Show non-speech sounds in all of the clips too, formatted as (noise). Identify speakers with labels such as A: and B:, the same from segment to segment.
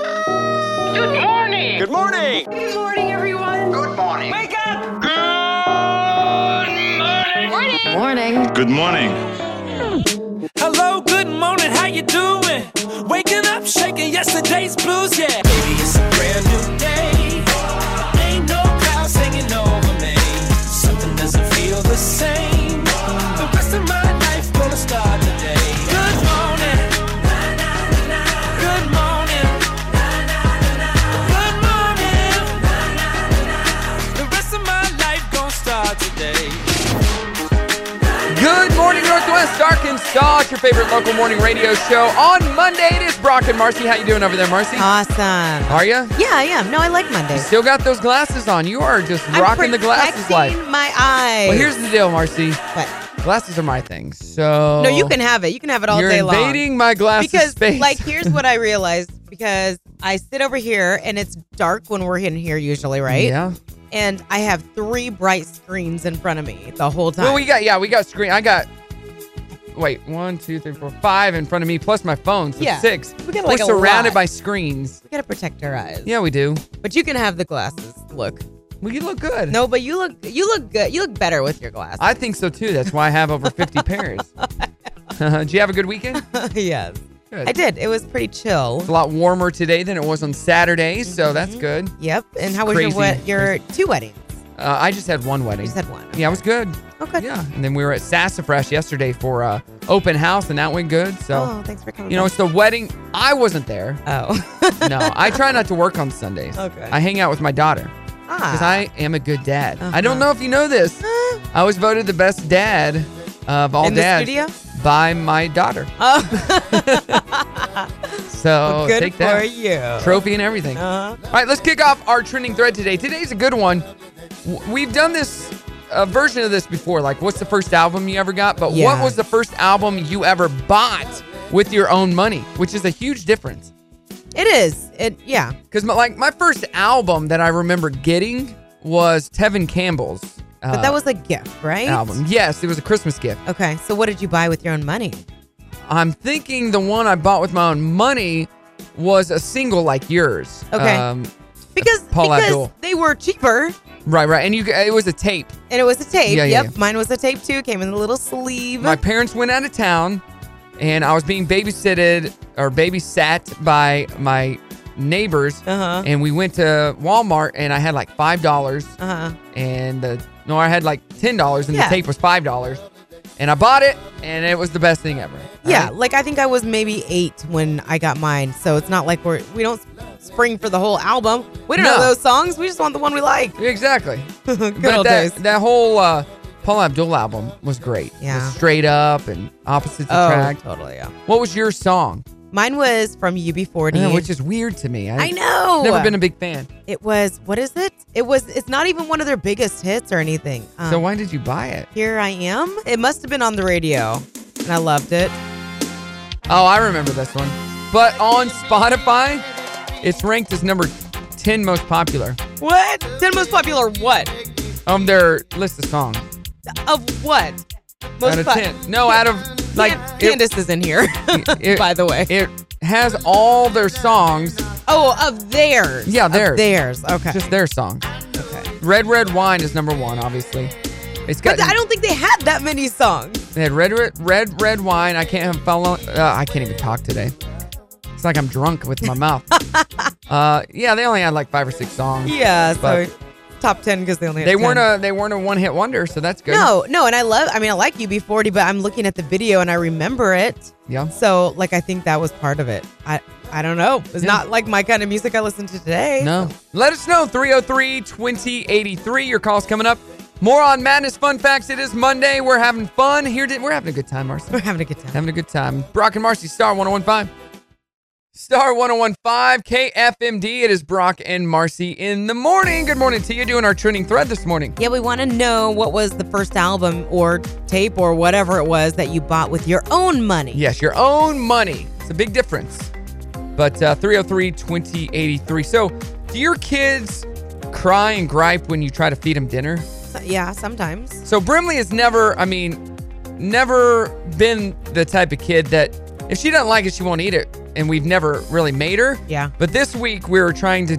A: Good morning.
B: Good morning.
C: Good morning, everyone.
A: Good morning.
C: Wake up.
A: Good morning.
D: Morning.
E: Good morning.
F: Hello, good morning, how you doing? Waking up, shaking yesterday's blues, yeah. Baby, it's a brand new day. Ain't no clouds hanging over me. Something doesn't feel the same. The rest of my life gonna start today. Good morning. Good morning. Good morning. The rest of my life gonna start today.
G: Good morning, Northwest Arkansas. It's your favorite local morning radio show on Monday. It is Brock and Marcy. How you doing over there, Marcy?
H: Awesome. Yeah,
G: Are you?
H: I am. No, I like Mondays.
G: Still got those glasses on. You are just rocking the glasses
H: life.
G: life.
H: my eyes.
G: Well, here's the deal, Marcy.
H: What?
G: Glasses are my thing. So
H: No, you can have it. You can have it all
G: Oh. You're
H: day long.
G: invading my glasses
H: because,
G: space.
H: like, here's
G: (laughs)
H: what I realized. Because I sit over here and it's dark when we're in here usually, right?
G: Yeah.
H: And I have three bright screens in front of me the whole time.
G: Well, we got yeah, we got screen. I got. Wait, one, two, three, four, five in front of me, plus my phone, so
H: Yeah.
G: six.
H: We got,
G: We're
H: like, a
G: surrounded
H: lot.
G: by screens.
H: We gotta protect our eyes.
G: Yeah, we do.
H: But you can have the glasses. Look.
G: We look good.
H: No, but you look you look good. You look better with your glasses.
G: I think so too. That's why I have over 50
H: (laughs)
G: pairs. Uh-huh. Did you have a good weekend?
H: yes.
G: Good.
H: I did. It was pretty chill.
G: It's a lot warmer today than it was on Saturday, so that's
H: Mm-hmm.
G: good.
H: Yep. And how was
G: Crazy.
H: your wed- your two weddings?
G: Uh, I just had one
H: You
G: wedding.
H: just had one.
G: yeah, it was good.
H: Okay.
G: Yeah, and then we were at Sassafras yesterday for uh, open house, and that went good. So
H: Oh, thanks for coming.
G: you know, it's the wedding. I wasn't there.
H: oh, (laughs)
G: No, I try not to work on Sundays.
H: Okay.
G: I hang out with my daughter because
H: Oh. ah,
G: I am a good dad. I
H: Uh-huh.
G: don't know if you know this. I was voted the best dad of all
H: in
G: dads
H: the studio.
G: by my daughter.
H: (laughs) Oh,
G: (laughs) So
H: good
G: Oh, take
H: for
G: that.
H: you.
G: trophy and everything.
H: Uh-huh.
G: All right, let's kick off our trending thread today. Today's a good one. W- We've done this a version of this before. Like, what's the first album you ever got? But what
H: Yeah.
G: was the first album you ever bought with your own money? Which is a huge difference.
H: It is. It yeah.
G: Because my, like my first album that I remember getting was Tevin Campbell's. Uh,
H: But that was a gift, right?
G: album. Yes, it was a Christmas gift.
H: Okay. So what did you buy with your own money?
G: I'm thinking the one I bought with my own money was a single like yours.
H: Okay.
G: Um,
H: Because
G: Paul
H: because
G: Abdul.
H: they were cheaper,
G: right, right. And you it was a tape.
H: and it was a tape.
G: Yeah, yeah,
H: yep.
G: yeah.
H: Mine was a tape too. Came in a little sleeve.
G: my parents went out of town and I was being babysitted or babysat by my neighbors.
H: uh huh.
G: And we went to Walmart and I had like $5
H: Uh huh.
G: and the, no, I had like $10 and
H: Yeah.
G: the tape was $5. And I bought it and it was the best thing ever.
H: Yeah,
G: Right?
H: like I think I was maybe eight when I got mine, so it's not like we're we don't spring for the whole album. We don't
G: No.
H: know those songs. We just want the one we like. (laughs)
G: Exactly.
H: Good
G: but
H: old
G: that,
H: days.
G: that whole uh, Paul Abdul album was great. It was
H: Yeah.
G: straight up and opposites attract.
H: Oh, totally. Yeah.
G: What was your song?
H: Mine was from UB40,
G: Yeah, which is weird to me.
H: I know. Uh-huh.
G: Never been a big fan.
H: it was what is it? It was. It's not even one of their biggest hits or anything. Um,
G: So why did you buy it?
H: Here I am. It must have been on the radio, and I loved it.
G: Oh, I remember this one. But on Spotify, it's ranked as number 10 most popular
H: What? Ten most popular what?
G: on their list of songs.
H: Of what? Most
G: out of
H: pop-
G: 10. No, out of like
H: Can- Candace is in here.
G: (laughs) it-
H: (laughs) by the way.
G: It has all their songs,
H: Oh, of theirs.
G: Yeah,
H: Of
G: theirs.
H: theirs. Okay.
G: just their songs.
H: okay.
G: Red Red Wine is number 1, obviously. It's got
H: But I don't think they had that many songs.
G: they had red, red Red Red Wine. I can't have follow uh, I can't even talk today. It's like I'm drunk with my
H: (laughs)
G: mouth. uh, yeah, they only had like 5 or 6 songs.
H: Yeah. So
G: But-
H: top ten because they only had
G: They weren't a
H: 10.
G: they weren't a one-hit wonder, so that's good.
H: No, no, and I love. I mean, I like UB40, but I'm looking at the video and I remember it.
G: Yeah.
H: So, like, I think that was part of it. I, I don't know. It's
G: Yeah.
H: not like my kind of music I listen to today.
G: No. Let us know 303 2083. Your call's coming up. More on Madness Fun Facts. It is Monday. We're having fun. Here to- we're having a good time, Marcy.
H: (laughs) We're having a good time.
G: having a good time. Brock and Marcy, Star 1015. Star 1015 KFMD. It is Brock and Marcy in the morning. Good morning to you. Doing our trending thread this morning.
H: Yeah, we want to know what was the first album or tape or whatever it was that you bought with your own money.
G: Yes, your own money. It's a big difference. But uh, 303 2083. So, do your kids cry and gripe when you try to feed them dinner?
H: So- yeah, sometimes.
G: So Brimley has never, I mean, never been the type of kid that if she doesn't like it, she won't eat it. and we've never really made her.
H: Yeah.
G: But this week we were trying to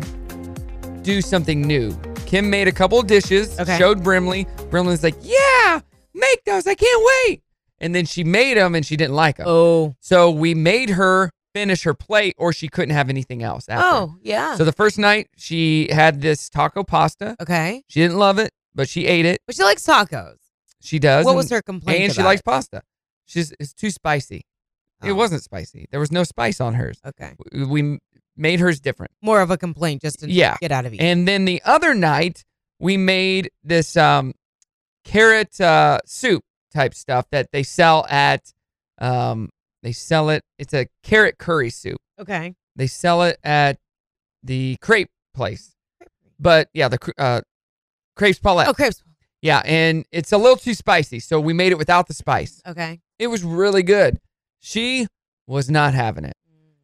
G: do something new. Kim made a couple of dishes,
H: Okay.
G: showed Brimley. Brimley's like, "Yeah, make those. I can't wait." And then she made them and she didn't like them.
H: Oh.
G: So we made her finish her plate or she couldn't have anything else after.
H: Oh, yeah.
G: So the first night she had this taco pasta.
H: okay.
G: She didn't love it, but she ate it.
H: But she likes tacos.
G: She does.
H: What
G: and-
H: was her complaint?
G: And she
H: about
G: likes
H: it?
G: pasta. She's it's too spicy. It
H: Oh,
G: wasn't spicy. There was no spice on hers.
H: Okay.
G: We- We made hers different.
H: More of a complaint just to
G: Yeah.
H: get out of you.
G: And then the other night we made this um carrot uh soup type stuff that they sell at um they sell it it's a carrot curry soup.
H: okay.
G: They sell it at the crepe place. But yeah, the cr- uh crepes Paulette.
H: Oh, crepes.
G: Yeah, and it's a little too spicy, so we made it without the spice.
H: Okay.
G: It was really good. She was not having it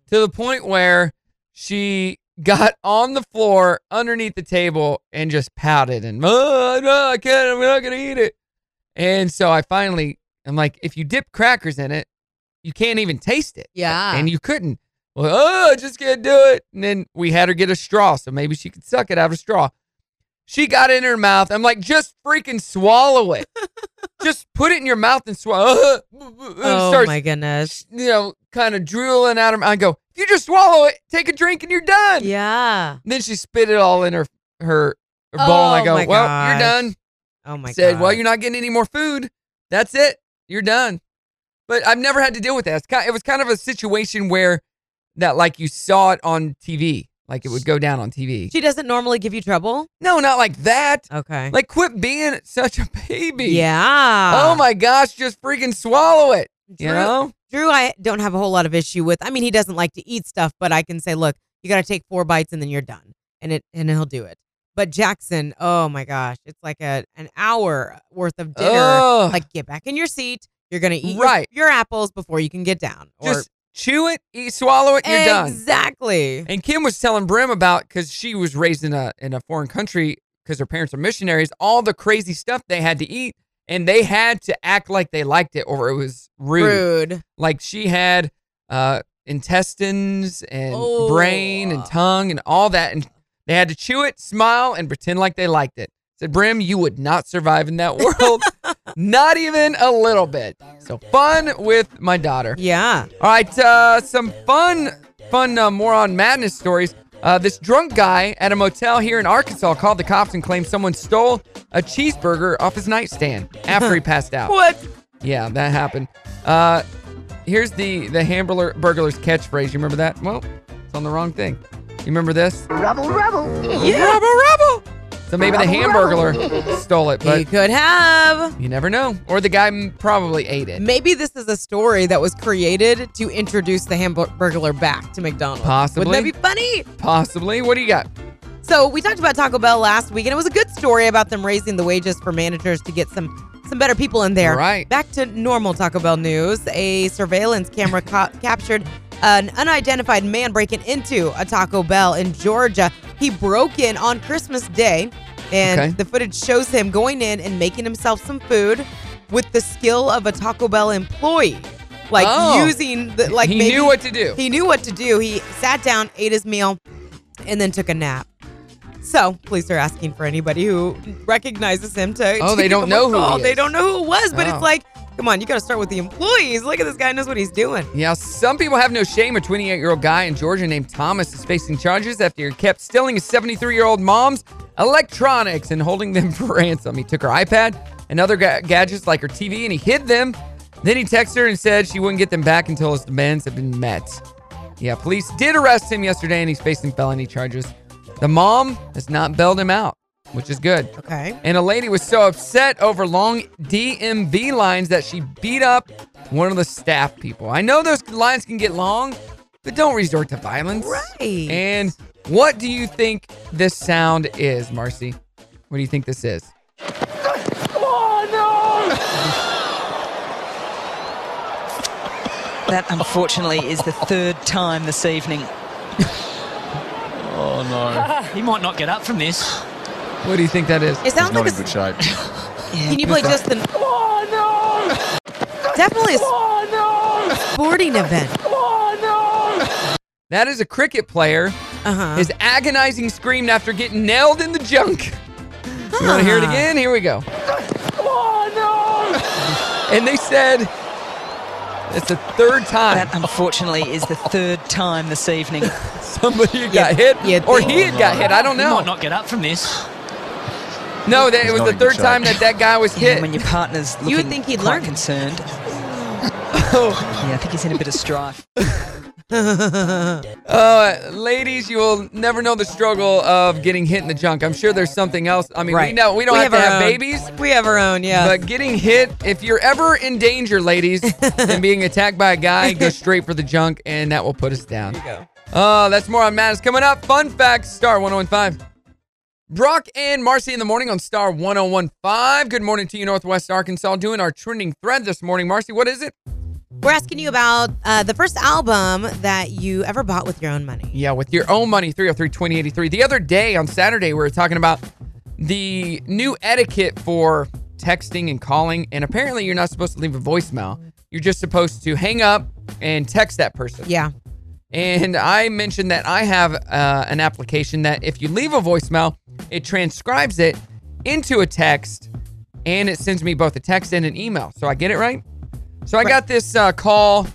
G: to the point where she got on the floor underneath the table and just pouted and, oh, no, I can't, I'm not going to eat it. And so I finally, I'm like, if you dip crackers in it, you can't even taste it.
H: Yeah.
G: And you couldn't. Well, oh, I just can't do it. And then we had her get a straw, so maybe she could suck it out of a straw. She got it in her mouth. I'm like, just freaking swallow
H: (laughs)
G: it. just put it in your mouth (laughs) and swallow.
H: oh
G: Starts (laughs)
H: my goodness.
G: you know, kind of drooling at him. I go, if you just swallow it, take a drink and you're done.
H: Yeah.
G: And then she spit it all in her her, her bowl. and I
H: Oh,
G: go,
H: my
G: well,
H: gosh.
G: you're done.
H: Oh my
G: Said,
H: god.
G: well, you're not getting any more food. That's it. You're done. But I've never had to deal with that. It's ki it was kind of a situation where that like you saw it on TV, like it would go down on TV.
H: She doesn't normally give you trouble.
G: No, not like that.
H: Okay.
G: Like, quit being such a baby.
H: Yeah.
G: Oh my gosh, just freaking swallow it. You
H: Drew-
G: know?
H: Drew, I don't have a whole lot of issue with. I mean, he doesn't like to eat stuff, but I can say, look, you got to take four bites and then you're done, and it and he'll do it. But Jackson, oh my gosh, it's like a an hour worth of dinner.
G: Ugh.
H: Like, get back in your seat. You're gonna eat your-
G: Oh. Right.
H: your, apples before you can get down. Or
G: just chew it, eat, swallow it, you're done.
H: exactly.
G: And Kim was telling Brim about because she was raised in a in a foreign country because her parents are missionaries. All the crazy stuff they had to eat, and they had to act like they liked it, or it was rude.
H: Rude.
G: Like she had uh, intestines and
H: Oh.
G: brain and tongue and all that, and they had to chew it, smile, and pretend like they liked it. Said Brim, you would not survive in that world, not even a little bit. So fun with my daughter.
H: Yeah.
G: All right, uh, some fun, fun uh, moron madness stories. Uh, this drunk guy at a motel here in Arkansas called the cops and claimed someone stole a cheeseburger off his nightstand after he passed out.
H: What?
G: Yeah, that happened. Uh, here's the the Hamburger Burglar's catchphrase. You remember that? Well, it's on the wrong thing. You remember this?
A: Rubble, rubble.
G: Rubble, rubble. So maybe the Hamburglar stole it,
H: he
G: but
H: could have.
G: you never know. Or the guy m- probably ate it.
H: Maybe this is a story that was created to introduce the hamburger back to McDonald's.
G: Possibly.
H: Wouldn't that be funny?
G: Possibly. What do you got?
H: So we talked about Taco Bell last week, and it was a good story about them raising the wages for managers to get some some better people in there.
G: Right.
H: Back to normal Taco Bell news. A surveillance camera ca- captured an unidentified man breaking into a Taco Bell in Georgia. He broke in on Christmas Day, and
G: Okay.
H: the footage shows him going in and making himself some food with the skill of a Taco Bell employee, like
G: Oh.
H: using the like.
G: he
H: maybe-
G: knew what to do.
H: he knew what to do. He sat down, ate his meal, and then took a nap. So police are asking for anybody who recognizes him to.
G: Oh,
H: to
G: they
H: (laughs) give
G: don't
H: him a
G: know who he
H: call. They
G: is.
H: don't know who it was, but
G: Oh.
H: it's like, come on, you got to start with the employees. Look at this guy knows what he's doing.
G: Yeah, some people have no shame. A 28 year old guy in Georgia named Thomas is facing charges after he kept stealing his 73 year old mom's electronics and holding them (laughs) for ransom. He took her iPad and other ga- gadgets like her TV and he hid them. Then he texted her and said she wouldn't get them back until his demands had been met. Yeah, police did arrest him yesterday and he's facing felony charges. The mom has not bailed him out, which is good.
H: Okay.
G: And a lady was so upset over long DMV lines that she beat up one of the staff people. I know those lines can get long, but don't resort to violence.
H: Right.
G: And what do you think this sound is, Marcy? What do you think this is?
B: That, unfortunately, is the third time this evening.
F: He might not get up from this.
G: What do you think that is?
H: It sounds like a. s-
C: shape.
H: (laughs) Can you play just the? Oh no! Definitely a s- sporting event.
G: That is a cricket player.
H: Uh huh.
G: His agonizing scream after getting nailed in the junk. You want to hear it again? Here we go. And they said, it's the third time
B: That, unfortunately, is the third time this evening.
G: somebody had got hit,
H: you'd
G: or
H: think-
G: he had got hit. I don't know.
F: might not get up from this.
G: No, that, it was
A: not
G: the
A: in good
G: third time
A: shape.
G: that that
F: (laughs)
G: guy was
B: Yeah,
G: hit.
B: when your partner's looking
H: You would think he'd
B: quite
H: learn. (laughs) Oh.
B: concerned. Yeah, I think he's in a bit of strife.
G: Uh, ladies, you will never know the struggle of getting hit in the junk. I'm sure there's something else. I mean, we
H: Right.
G: know we don't have, to
H: our
G: have
H: own.
G: babies,
H: We have our own. Yeah.
G: but getting hit, if you're ever in danger, ladies, and being attacked by a guy, go straight for the junk, and that will put us down.
H: go.
G: Uh, that's more on Madness coming up. Fun facts, Star 1015. Brock and Marcy in the morning on Star 1015. Good morning to you, Northwest Arkansas. Doing our trending thread this morning. Marcy, what is it?
H: We're asking you about uh, the first album that you ever bought with your own money.
G: Yeah, with your own money, 303 2083. The other day on Saturday, we were talking about the new etiquette for texting and calling. And apparently, you're not supposed to leave a voicemail. You're just supposed to hang up and text that person.
H: Yeah.
G: And I mentioned that I have uh, an application that if you leave a voicemail, it transcribes it into a text and it sends me both a text and an email. So I get it right. So I got this uh, call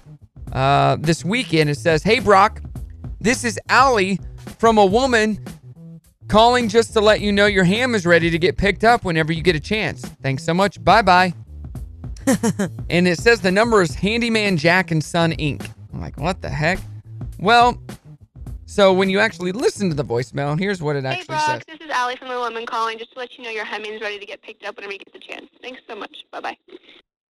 G: uh, this weekend. It says, Hey, Brock, this is Allie from a woman calling just to let you know your ham is ready to get picked up whenever you get a chance. Thanks so much. Bye bye. and it says the number is Handyman Jack and Son Inc. I'm like, what the heck? Well, so when you actually listen to the voicemail, here's what it
C: Hey,
G: actually says.
C: Brock. This is Allie from the Woman Calling. Just to let you know your Hemming's ready to get picked up whenever you get the chance. Thanks so much. Bye bye.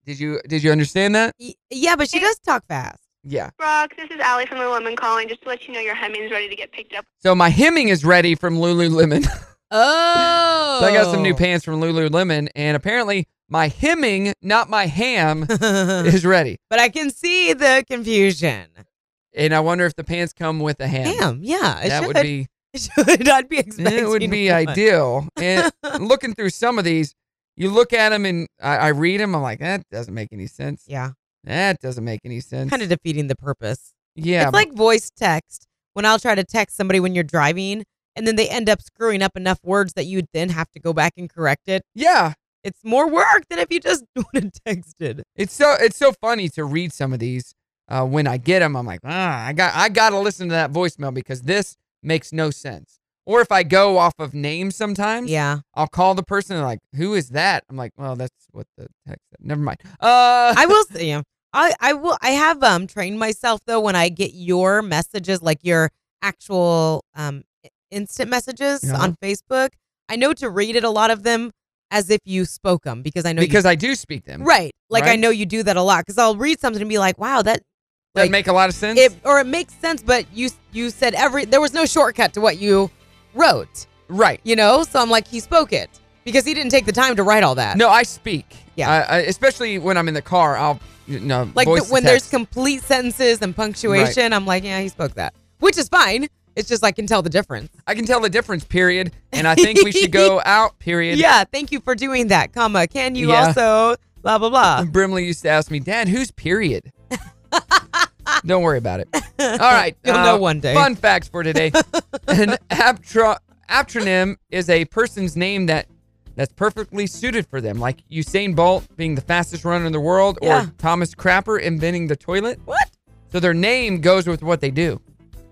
G: Did you did you understand that?
H: Y- Yeah, but she does talk fast.
G: Yeah.
C: Brock, this is Allie from the Woman Calling. Just to let you know your Hemming's ready to get picked up.
G: So my hemming is ready from Lululemon. (laughs)
H: Oh.
G: so I got
H: (laughs)
G: some new pants from Lululemon, and apparently my hemming, not my
H: (laughs)
G: ham,
H: but
G: is ready.
H: I can see the confusion.
G: And I wonder if the pants come with a ham.
H: Damn. Yeah. It
G: that
H: should.
G: would be (laughs)
H: It (laughs) should. I'd be expecting.
G: it would be
H: one.
G: ideal. And
H: (laughs)
G: (laughs) looking through some of these, you look at them and I, I read them. I'm like, that doesn't make any sense.
H: Yeah.
G: That doesn't make any sense.
H: Kind of defeating the purpose.
G: yeah.
H: It's like voice text when I'll try to text somebody when you're driving and then they end up screwing up enough words that you then have to go back and correct it.
G: yeah.
H: It's more work than if you just (laughs) would have texted.
G: It's so it's so funny to read some of these. Uh, when I get them, I'm like, ah, I got I got to listen to that voicemail because this makes no sense. Or if I go off of names sometimes,
H: Yeah.
G: I'll call the person and like, who is that? I'm like, well, that's what the text. Never mind. Uh,
H: I will say, yeah. I, I will I have um trained myself though when I get your messages, like your actual um i- instant messages
G: Yeah.
H: on Facebook. I know to read it a lot of them as if you spoke them because I know
G: because I do speak them.
H: you, (laughs) right. Like I
G: Right.
H: know you do that a lot because I'll read something and be like, wow, that
G: Doesn't
H: like-
G: make a lot of sense.
H: it or it makes sense but you you said every there was no shortcut to what you wrote
G: right.
H: you know so i'm like he spoke it because he didn't take the time to write all that
G: No, I speak.
H: Yeah.
G: I, I, especially when I'm in the car, I'll you know
H: like the,
G: voice to
H: when there's
G: text.
H: complete sentences and punctuation i'm like yeah he spoke that which is fine it's just i can tell the difference
G: I can tell the difference. Period. And I think we should
H: (laughs)
G: go out. Period.
H: yeah thank you for doing that comma can you
G: Yeah.
H: also blah blah
G: (laughs)
H: blah
G: And Brimley used to ask me, Dad, who's period?
H: (laughs)
G: Don't worry about it. All right. uh,
H: (laughs) You'll know one day.
G: Fun facts for today.
H: (laughs)
G: An aptro- aptronym is a person's name that that's perfectly suited for them, like Usain Bolt being the fastest runner in the world
H: Yeah.
G: or Thomas Crapper inventing the toilet.
H: what
G: So their name goes with what they do.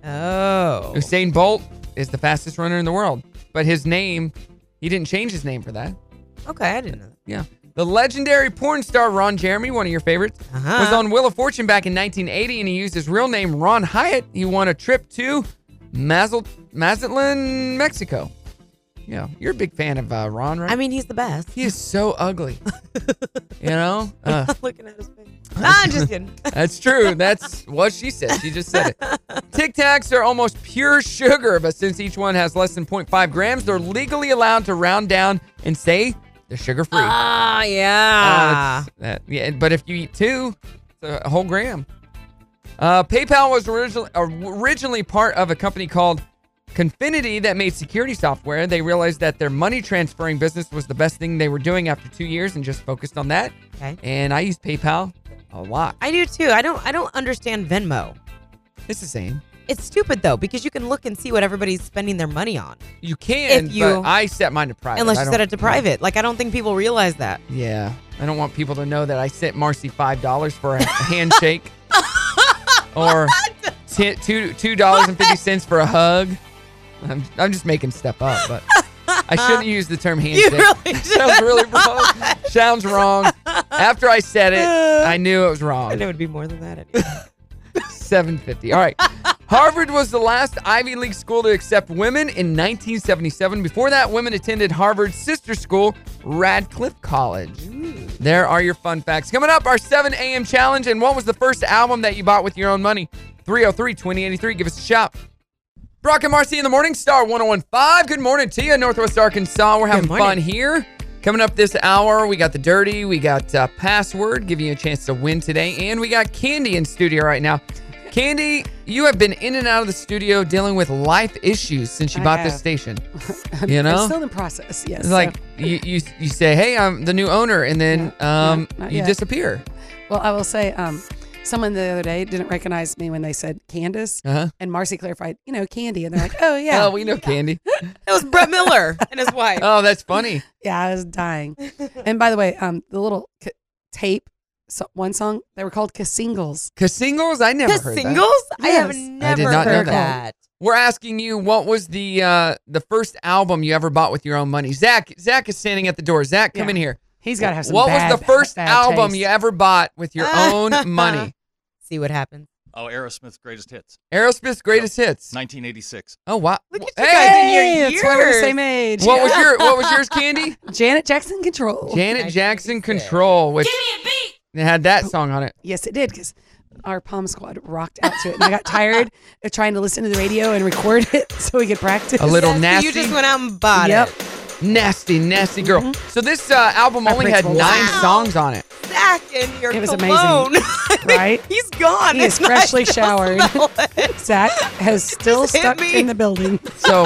H: oh
G: Usain Bolt is the fastest runner in the world, but his name, he didn't change his name for that.
H: Oh, okay i didn't know that.
G: Yeah. The legendary porn star Ron Jeremy, one of your favorites,
H: Uh-huh.
G: was on Wheel of Fortune back in 1980 and he used his real name, Ron Hyatt. He won a trip to Mazal- Mazatlan, Mexico. Yeah, you're a big fan of uh, Ron, right?
H: i mean he's
G: (laughs)
H: the best
G: he is so ugly. you know? Uh,
H: looking at his (laughs) face Nah, i'm
G: (laughs)
H: just kidding
G: that's true. That's what she said. She just said it. Tic Tacs are almost pure sugar, but since each one has less than 0.5 grams, they're legally allowed to round down and say they're sugar free.
H: oh yeah
G: Uh, it's- uh, yeah, but if you eat two, it's a whole gram. Uh, PayPal was originally originally part of a company called Confinity that made security software. They realized that their money transferring business was the best thing they were doing after two years, and just focused on that.
H: okay
G: And I use PayPal a lot.
H: I do too. I don't I don't understand Venmo.
G: It's the same.
H: It's stupid though because you can look and see what everybody's spending their money on.
G: You can,
H: If you-
G: but I set mine to private.
H: Unless
G: I
H: you set
G: don't-
H: it to private. Like I don't think people realize that.
G: Yeah. I don't want people to know that I sent Marcy five dollars for a (laughs) handshake. or ti- two two dollars and fifty cents for a hug. I'm, I'm just making stuff up, but I shouldn't use the term handshake. (laughs)
H: really
G: sounds really wrong. Sounds wrong. After I said it, I knew it was wrong.
H: And it would be more than that. anyway.
G: (laughs) 750. All right. Harvard was the last Ivy League school to accept women in 1977. Before that, women attended Harvard's sister school, Radcliffe College. There are your fun facts. Coming up, our 7 a.m. challenge. And what was the first album that you bought with your own money? 303 2083. Give us a shout. Brock and Marcy in the morning, Star 1015. Good morning to you, Northwest Arkansas. We're having
H: morning.
G: fun here. Coming up this hour, we got the dirty, we got uh, password, giving you a chance to win today, and we got Candy in studio right now. Candy, you have been in and out of the studio dealing with life issues since you
A: I
G: bought this
A: have. (laughs)
G: station. You know,
A: I'm still in process. Yes.
G: it's like you, you you say, "Hey, I'm the new owner," and then
A: Yeah,
G: um,
A: not
G: you
A: yet.
G: disappear.
A: so- well, I will say, um, someone the other day didn't recognize me when they said Candace,
G: Uh huh.
A: and Marcy clarified, you know, Candy, and they're like, oh yeah,
G: Oh, we know Candy.
H: That was Brett Miller and his wife.
G: oh, that's
A: (laughs)
G: funny.
A: (laughs) yeah, I was dying. and by the way, um, the little ca- tape, so, one song they were called singles.
G: Cause singles, I never
H: The
G: heard that.
H: singles? I have
A: Yes. I did
H: never
G: not know
H: heard
A: that.
H: that.
G: We're asking you what was the uh the first album you ever bought with your own money. Zach, Zach is standing at the door. Zach, come
A: Yeah.
G: in here.
A: He's got to have some.
G: what
A: bad,
G: was the first
A: bad
G: album
A: taste.
G: you ever bought with
A: (laughs)
G: your own money?
H: See what happens.
D: Oh, Aerosmith's greatest hits,
G: Aerosmith's greatest hits.
D: 1986.
G: Oh wow!
H: Look at you
G: Hey!
H: guys in your
A: Hey, that's why we're the same age.
G: What was your What was yours, Candy?
A: (laughs) Janet Jackson Control?
G: Janet Jackson
H: 1986.
G: Control, which it had that song on it.
A: Yes, it did because our Palm Squad rocked out to it, and I got tired of trying to listen to the radio and record it (laughs) so we could practice.
G: A little
H: Yes,
G: nasty,
H: You just went out and bought
A: Yep.
H: it.
G: nasty, nasty girl.
A: Mm-hmm.
G: So this uh, album
A: Our
G: only had nine
A: principal was-
G: songs on it.
H: Zach in your
A: It was amazing.
H: cologne.
A: Right?
H: (laughs) He's gone.
A: He
H: It's
A: is
H: not-
A: freshly
H: I still
A: showered.
H: smell it.
A: Zach
G: (laughs)
A: has still
H: Just hit
A: stuck
H: me.
A: in the building. (laughs)
G: So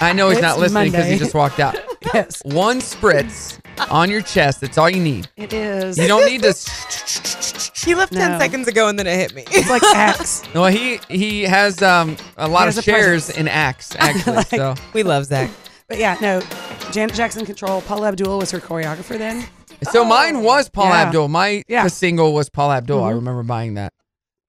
G: I know he's
A: It's
G: not listening because he
A: Monday.
G: just walked out.
A: Yes,
G: One spritz on your chest. That's all you need.
A: it
G: (laughs)
A: is.
G: You don't need to.
H: (laughs) He left 10
A: No.
H: seconds ago and then it hit me. (laughs)
A: it's like axe.
G: No, he he has um a lot
A: He
G: of
A: has a
G: shares
A: presence.
G: in
A: (laughs)
G: acts actually. so
H: we love Zach.
A: But yeah, no. Janet Jackson Control. Paula Abdul was her choreographer then.
G: so mine was Paul
A: Yeah.
G: Abdul. My
A: Yeah. single
G: single was Paul Abdul. I remember buying that.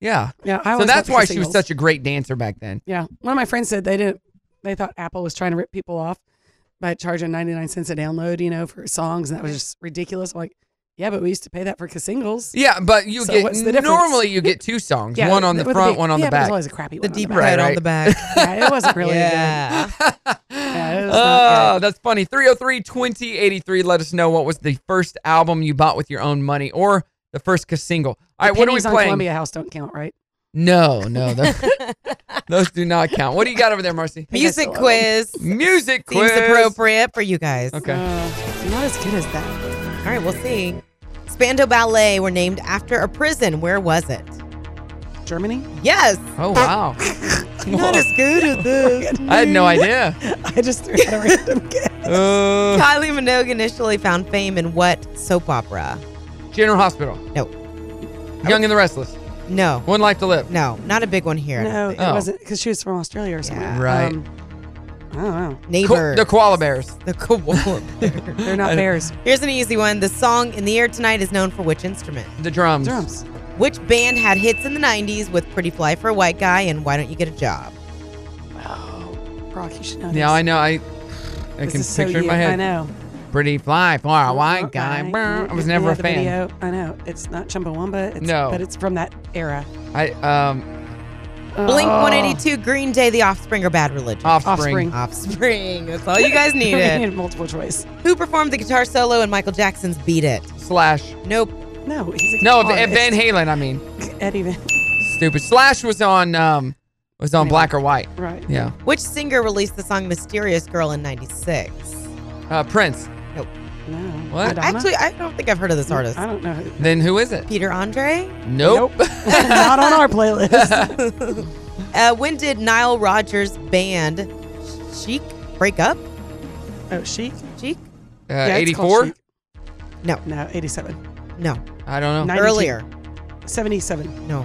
G: Yeah.
A: Yeah, I
G: so
A: always
G: that's
A: went for
G: why she was
A: singles.
G: such a great dancer back then.
A: Yeah, one of my friends said they didn't. They thought Apple was trying to rip people off by charging ninety nine cents a download, you know, for songs, and that was just ridiculous. I'm like, yeah, but we used to pay that for singles.
G: Yeah, but you
A: So what's the
G: get
A: difference?
G: normally you get two songs,
A: Yeah,
G: one on the
A: with
G: front,
A: big-
G: one on
A: yeah,
G: the
A: but It was
G: back.
A: always a crappy
H: The
A: one.
H: deep
A: on
G: Right,
H: cut on
G: right.
H: the back.
A: the back. Yeah, it
G: (laughs)
A: wasn't (laughs) really. good.
H: yeah.
A: it was not
G: Oh, that's funny. 303 2083. Let us know what was the first album you bought with your own money or the first single. All right, what are we
A: Pennies on
G: playing?
A: Columbia House don't count, right?
G: No, no,
A: (laughs)
G: those, those do not count. What do you got over there, Marcy?
A: I guess
H: Music
A: so.
H: quiz.
G: Music
H: Seems
G: quiz.
H: appropriate for you guys.
G: Okay.
A: Uh, not as good as that.
H: All right, we'll see. Spandau Ballet were named after a prison. Where was it?
A: Germany.
H: Yes.
G: Oh wow!
H: Not as good as
G: (laughs)
H: this.
G: I had no idea.
A: I just threw out a random guess.
G: Uh,
H: Kylie Minogue initially found fame in what soap opera?
G: General Hospital.
H: No.
G: Young and the Restless.
H: No.
G: One life to live.
H: No, not a big one here.
A: (laughs)
H: Uh,
A: No, it
G: Oh.
A: wasn't because she was from Australia or something.
H: Yeah.
G: Right.
A: Um, I don't know.
H: Neighbor.
G: the koala bears.
H: the koala bear.
A: They're not bears.
H: Here's an easy one. The song In the Air Tonight is known for which instrument?
G: The drums.
A: Drums.
H: Which band had hits in the 90s with Pretty Fly for a White Guy and Why Don't You Get a Job?
A: Oh, Brock, you should know.
G: Yeah,
A: this.
G: I know. I I
A: This
G: can
A: is so
G: picture it in
A: you.
G: my
A: I
G: head.
A: know.
G: Pretty fly for a
A: Oh,
G: white guy.
A: I-
G: Brr. I was
A: you
G: never
A: know
G: a
A: the
G: fan.
A: video. I know it's not Chumbawamba. It's,
G: No.
A: but it's from that era.
G: I um
H: Blink
A: Oh. (laughs)
H: 182, Green Day, The Offspring, or Bad Religion?
G: offspring.
A: Offspring.
H: Offspring. That's all you
A: (laughs)
H: guys
A: We
H: needed.
A: needed multiple choice.
H: Who performed the guitar solo in Michael Jackson's Beat It?
G: slash.
H: Nope.
A: No, he's a
G: No,
A: guitarist.
G: Van Halen. I mean,
A: (laughs) Eddie Van.
G: stupid. Slash was on um was on
A: Anyway.
G: black or white.
A: Right.
G: Yeah.
H: Which singer released the song Mysterious Girl in 96?
G: Uh, Prince.
A: No.
G: What?
A: Madonna?
H: Actually, I don't think I've heard of this artist.
A: I don't know. (laughs) Who.
G: Then who is it?
H: Peter Andre?
G: Nope. Uh,
A: not on
G: (laughs)
A: our playlist.
H: Uh, when did Nile Rodgers' band Chic break up?
A: oh, Chic.
H: Chic?
G: Uh,
A: Yeah, it's
G: 84?
A: called Chic.
H: No.
A: No, 87.
H: No.
G: I don't know.
A: 92.
H: Earlier.
A: 77.
H: No.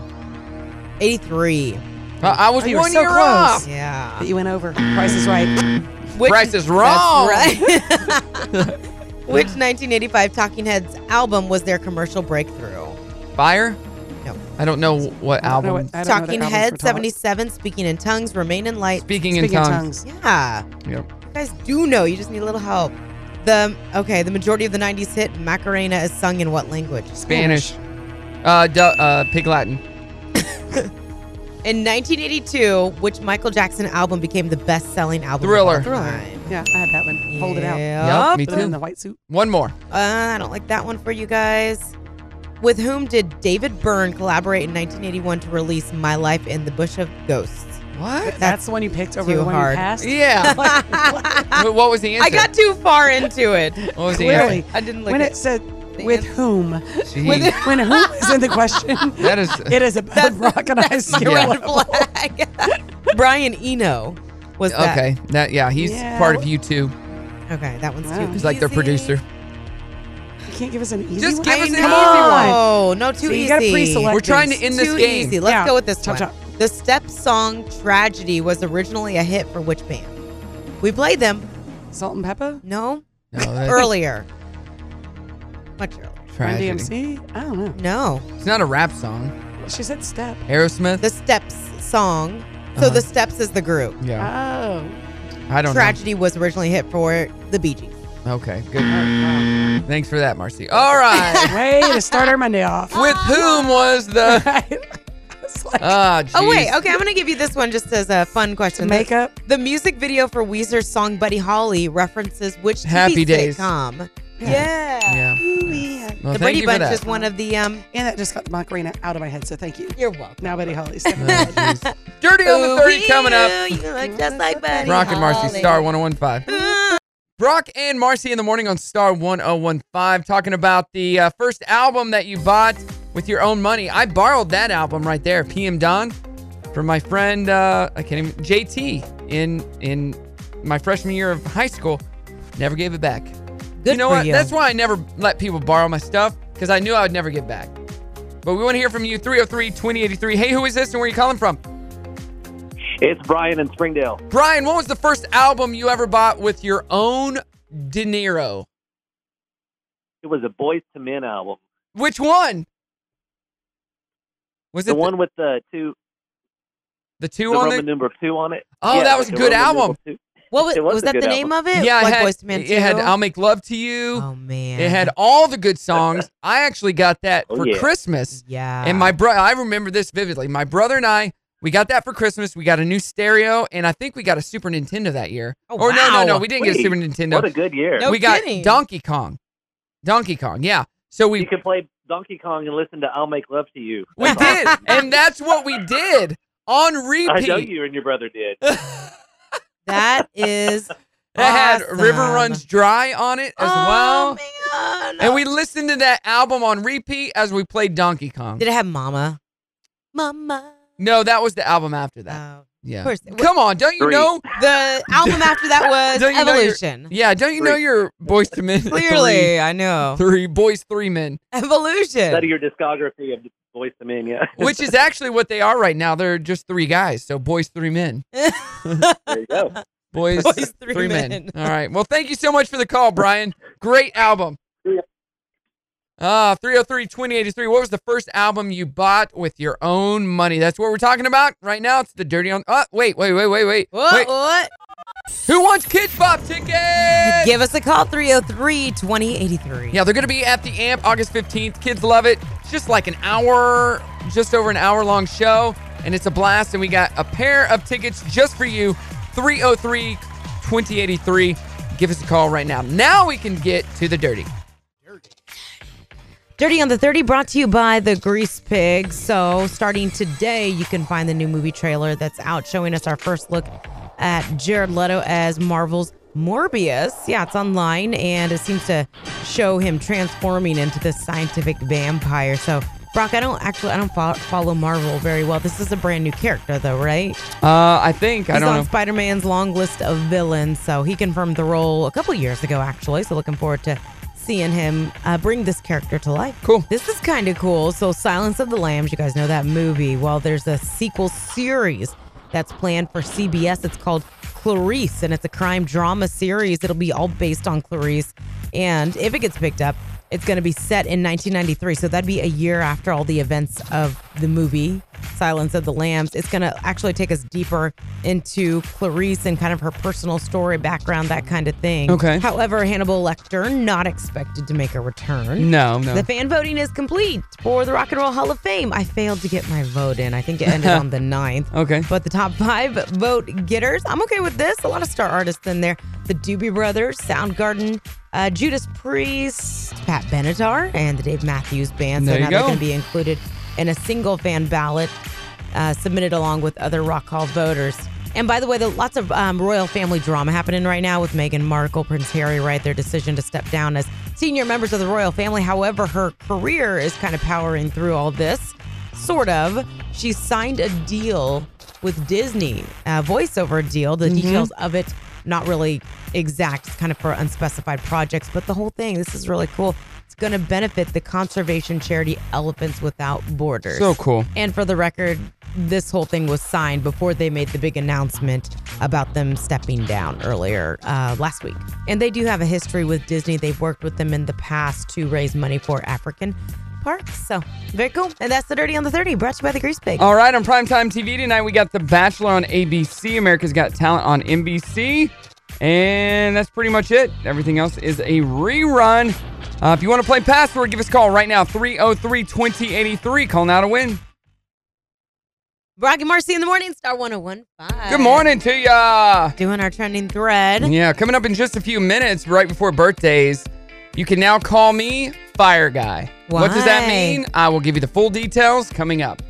H: 83.
G: I, Uh, I was
A: Oh, you were
G: one
A: so
G: year
A: close.
G: off.
H: Yeah.
A: But you went over. Price is right.
H: Which-
G: Price is wrong.
H: That's right.
G: (laughs)
H: (laughs) Which 1985 Talking Heads album was their commercial breakthrough?
G: Fire?
H: No.
G: I don't know what album.
A: I don't know what- uh, I don't know what
H: Talking
A: albums we're
H: Heads,
A: talking about.
H: 77, Speaking in Tongues, Remain in Light.
G: Speaking,
A: Speaking
G: in tongues.
H: Yeah.
G: Yep.
H: You guys do know. You just need a little help. The okay, the majority of the 90s hit Macarena is sung in what language?
G: Spanish. Uh, du- uh, Pig Latin.
H: In 1982, which Michael Jackson album became the best-selling album?
G: Thriller.
H: Of all time?
A: Yeah, I had that one. Hold it out.
G: Yep,
H: Yup.
G: me
A: Put it in
G: too.
A: the white suit.
G: One more.
H: Uh, I don't like that one for you guys. With whom did David Byrne collaborate in 1981 to release My Life in the Bush of
A: (laughs)
H: Ghosts?
G: What?
A: That's the one you picked over
H: too
A: the one
H: hard.
A: you passed. (laughs)
G: Yeah. Wh- what was the answer?
H: (laughs) I got too far into it.
G: What was the
A: Clearly.
G: answer?
H: I didn't look
A: When
H: at (laughs)
A: it said with
H: answer.
G: (laughs)
A: whom,
G: Jeez.
A: when whom is in the
G: (laughs)
A: question,
G: That is.
A: (laughs) it is above rock and ice.
H: my
A: skill
G: Yeah.
H: red
A: level.
H: flag. (laughs) Brian Eno was that.
G: Okay. That yeah. He's
A: Yeah.
G: part of you too.
H: Okay, that one's
A: Wow.
H: too
G: He's like their
H: easy.
G: producer.
A: You can't give us an easy
G: Just
A: one.
G: give
H: I
G: us an
H: know.
G: easy one.
H: No, no, too
A: So
H: easy.
A: you gotta pre-select
G: We're trying to
A: these.
G: end this
H: too
G: game.
H: easy. Let's
A: Yeah.
H: go with this one.
A: Chop, chop.
H: The step song "Tragedy" was originally a hit for which band? We played them.
A: Salt and pepper?
H: No,
G: No,
H: (laughs)
G: that's
H: earlier. Much earlier.
A: Run
G: tragedy.
A: DMC? I don't know.
H: No,
G: It's not a rap song.
A: She said step.
G: Aerosmith.
H: the Steps song. So
G: Uh-huh.
H: the Steps is the group.
G: yeah.
A: Oh.
G: I don't
H: uh, Tragedy was originally a hit for the Bee Gees.
G: know. Okay. Good. Thanks for that, Marcy. All
H: (laughs)
G: right.
A: Oh. Way to start our
G: (laughs)
A: Monday off.
G: With whom was the?
H: (laughs)
A: Right? It's like
G: Ah,
H: Oh wait,
G: jeez.
H: okay, I'm gonna give you this one just as a fun question.
A: makeup.
H: The music video for Weezer's song "Buddy Holly" references which TV
G: Happy Days.
H: sitcom? Yeah.
G: Yeah. Well,
H: the
G: thank
H: Brady
G: you for
H: Bunch
G: that.
H: is one of the. Um,
A: And that just got the Macarena out of my head, so thank you.
H: you're welcome.
A: Now, Buddy (laughs) Holly.
G: Oh, jeez.
H: (laughs)
G: Dirty on the 30 coming up.
H: You look just like Buddy
G: Brock and Marcy,
H: Holly.
G: Star 1015. Brock and Marcy in the morning on Star 1015, talking about the uh, first album that you bought with your own money. I borrowed that album right there, PM Don, from my friend, uh, I can't even, JT, in, in my freshman year of high school. Never gave it back.
H: Good
G: you know
H: for
G: what?
H: you.
G: That's why I never let people borrow my stuff because I knew I would never get back. But we want to hear from you 303 2083. Hey, who is this and where are you calling from?
E: It's Brian in Springdale.
G: Brian, what was the first album you ever bought with your own dinero?
E: It was a Boys to Men album.
G: Which one? Was it
E: The one with the two,
G: the two
E: the
G: on
E: Roman
G: the?
E: number two on it.
G: Oh,
E: Yeah,
G: that was a
E: the
G: good
E: Roman
G: album.
E: numeral two.
H: (laughs) What was,
E: It was
H: was
E: a
H: that the
E: good
H: name of it?
G: Yeah, it
H: like
G: had,
H: Boyz II Men
G: it had
H: too?
G: "I'll Make Love to You."
H: Oh man,
G: It had all the good
E: (laughs)
G: songs. I actually got that
E: Oh,
G: for
E: yeah.
G: Christmas,
H: Yeah,
G: and my brother. I remember this vividly. My brother and I. We got that for Christmas. We got a new stereo, and I think we got a Super Nintendo that year.
H: Oh,
G: or no, no,
H: wow.
G: no, we didn't get a
E: Wait,
G: Super Nintendo.
E: What a good year.
H: No
G: we got
H: kidding.
G: Donkey Kong. Donkey Kong, yeah. So we
E: You could play Donkey Kong and listen to I'll Make Love to You. (laughs)
G: We did. And E that's what we did on repeat.
E: I know you and your brother did.
H: that
G: (laughs)
H: is
G: That
H: awesome.
G: had River Runs Dry on it as well.
H: Oh man,
G: And we listened to that album on repeat as we played Donkey Kong.
H: did it have Mama? Mama.
G: no, that was the album after that.
H: Oh.
G: yeah.
H: of course.
G: Come on, don't you
E: Three.
G: know?
H: The album
G: (laughs)
H: after that was
G: Don't you know you're- (laughs)
H: Evolution.
G: Yeah, don't you know
E: Three.
G: your boys to men?
H: Clearly, I know.
G: Three, three boys, three
H: (laughs)
G: men,
E: Study
H: Evolution.
E: your discography of Boys to Men, yeah.
G: which is actually what they are right now. They're just three guys, so boys, three men.
E: (laughs) There you go.
G: Boys,
H: Boys, three men.
G: All right. Well, thank you so much for the call, Brian. Great album.
E: Yeah.
G: Uh, 303 2083. What was the first album you bought with your own money? That's what we're talking about right now. It's the Dirty on. Oh, wait, wait, wait, wait, wait.
H: What?
G: wait.
H: What?
G: Who wants Kids Bop tickets?
H: Give us a call 303 2083.
G: Yeah, they're going to be at the AMP August 15th. Kids love it. It's just like an hour, just over an hour long show, and it's a blast. And we got a pair of tickets just for you 303 2083. Give us a call right now. Now we can get to the dirty.
H: Dirty on the 30 brought to you by the Grease Pig. So, starting today, you can find the new movie trailer that's out showing us our first look at Jared Leto as Marvel's Morbius. Yeah, it's online and it seems to show him transforming into this scientific vampire. So, Brock, I don't actually I don't fo- follow Marvel very well. This is a brand new character though, right?
G: Uh, I think. I
H: He's
G: don't
H: on
G: know.
H: Spider-Man's long list of villains, so he confirmed the role a couple years ago, actually. So looking forward to seeing him uh, bring this character to life.
G: Cool.
H: This is kind of cool. So, Silence of the Lambs, you guys know that movie. Well, there's a sequel series that's planned for CBS. It's called Clarice, and it's a crime drama series. It'll be all based on Clarice. And if it gets picked up, it's going to be set in 1993. So, that'd be a year after all the events of the movie Silence of the Lambs. It's going to actually take us deeper into Clarice and kind of her personal story, background, that kind of thing.
G: Okay.
H: However, Hannibal Lecter not expected to make a return.
G: No, no.
H: The fan voting is complete for the Rock and Roll Hall of Fame. I failed to get my vote in. I think
G: (laughs)
H: it ended on the 9th.
G: Okay.
H: But the top five vote getters, I'm okay with this. A lot of star artists in there. The Doobie Brothers, Soundgarden, uh, Judas Priest, Pat Benatar, and the Dave Matthews Band. So
G: There you
H: now they're
G: go.
H: going to be included in a single fan ballot uh, submitted along with other Rock Hall voters. And by the way, there lots of um, royal family drama happening right now with Meghan Markle, Prince Harry, right? Their decision to step down as senior members of the royal family. However, her career is kind of powering through all this, sort of. She signed a deal with Disney, a voiceover deal.
G: Mm-hmm.
H: The details of it not really exact, it's kind of for unspecified projects, but the whole thing. This is really cool. It's going to benefit the conservation charity Elephants Without Borders.
G: So cool.
H: And for the record, this whole thing was signed before they made the big announcement about them stepping down earlier uh, last week. And they do have a history with Disney. They've worked with them in the past to raise money for African parks. So very cool. And that's the Dirty on the 30, brought to you by the Grease Pig.
G: All right, on primetime TV tonight, we got The Bachelor on ABC, America's Got Talent on NBC, and that's pretty much it. Everything else is a rerun. Uh, if you want to play Password, give us a call right now 303 2083. Call now to win.
H: Brock and Marcy in the morning, Star 1015.
G: Good morning to ya.
H: Doing our trending thread.
G: Yeah, coming up in just a few minutes, right before birthdays, you can now call me Fire Guy. What does that
H: Why?
G: mean? I will give you the full details coming up.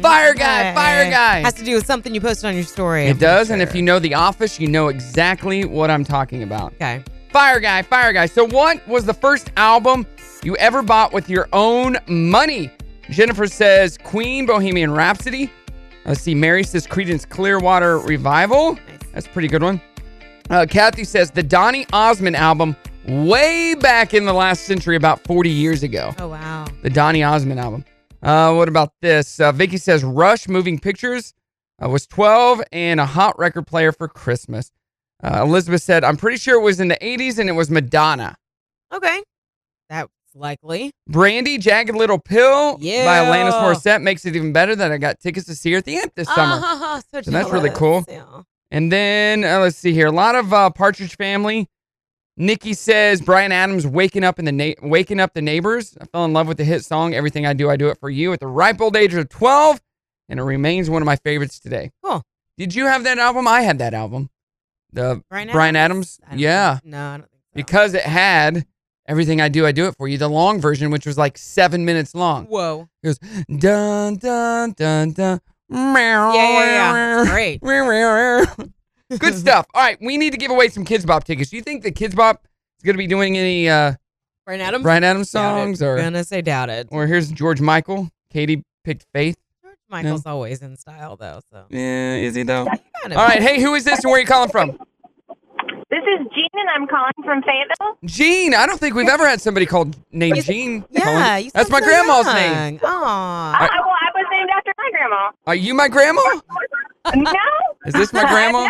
G: Fire Guy, Fire Guy.
H: Has to do with something you posted on your story. I'm
G: It does, and
H: sure.
G: if you know The Office, you know exactly what I'm talking about.
H: Okay.
G: Fire Guy, Fire Guy. So, what was the first album you ever bought with your own money? Jennifer says Queen Bohemian Rhapsody. Let's see. Mary says Credence Clearwater Revival. That's a pretty good one. Uh, Kathy says the Donny Osmond album way back in the last century, about 40 years ago.
H: Oh, wow.
G: The Donny Osmond album. Uh, what about this? Uh, Vicky says Rush Moving Pictures uh, was 12 and a hot record player for Christmas. Uh, Elizabeth said, I'm pretty sure it was in the 80s and it was Madonna.
H: Okay. That's likely.
G: Brandy, Jagged Little Pill by
H: Yeah.
G: Alanis Morissette makes it even better that I got tickets to see her at the amp this summer.
H: Ah, (laughs) so
G: So that's really
H: jealous.
G: cool.
H: Yeah.
G: And then uh, let's see here. A lot of uh, Partridge Family. Nikki says Brian Adams waking up in the na- waking up the neighbors. I fell in love with the hit song "Everything I Do I Do It for You" at the ripe old age of twelve, and it remains one of my favorites today.
H: Cool.
G: Did you have that album? I had that album, the
H: Brian
G: Bryan Adams?
H: I don't
G: Yeah.
H: think- no, I don't think so.
G: because it had "Everything I Do I Do It for You," the long version, which was like seven minutes long.
H: Whoa.
G: It goes dun dun dun dun. Meow,
H: Yeah,
G: (laughs)
H: yeah, yeah. Great. (laughs)
G: Good stuff. All right, we need to give away some Kids Bop tickets. Do you think that Kids Bop is going to be doing any uh,
H: Brian Adams.
G: Brian Adams
H: Doubt it.
G: songs or
H: gonna say doubt it.
G: or here's George Michael? Katie picked Faith.
H: George Michael's always in style though. So.
G: Yeah, is he though?
H: Kind of-
G: All right, hey, who is this and where are you calling from?
I: This is Jean, and I'm calling from Fayetteville.
G: Gene. I don't think we've ever had somebody called named Gene.
H: Yeah.
G: calling.
H: You
G: that's my grandma's name.
H: Aw.
G: I-
I: I, well, I was named after my grandma.
G: Are you my grandma?
I: No,
G: Is this my
H: (laughs)
G: grandma?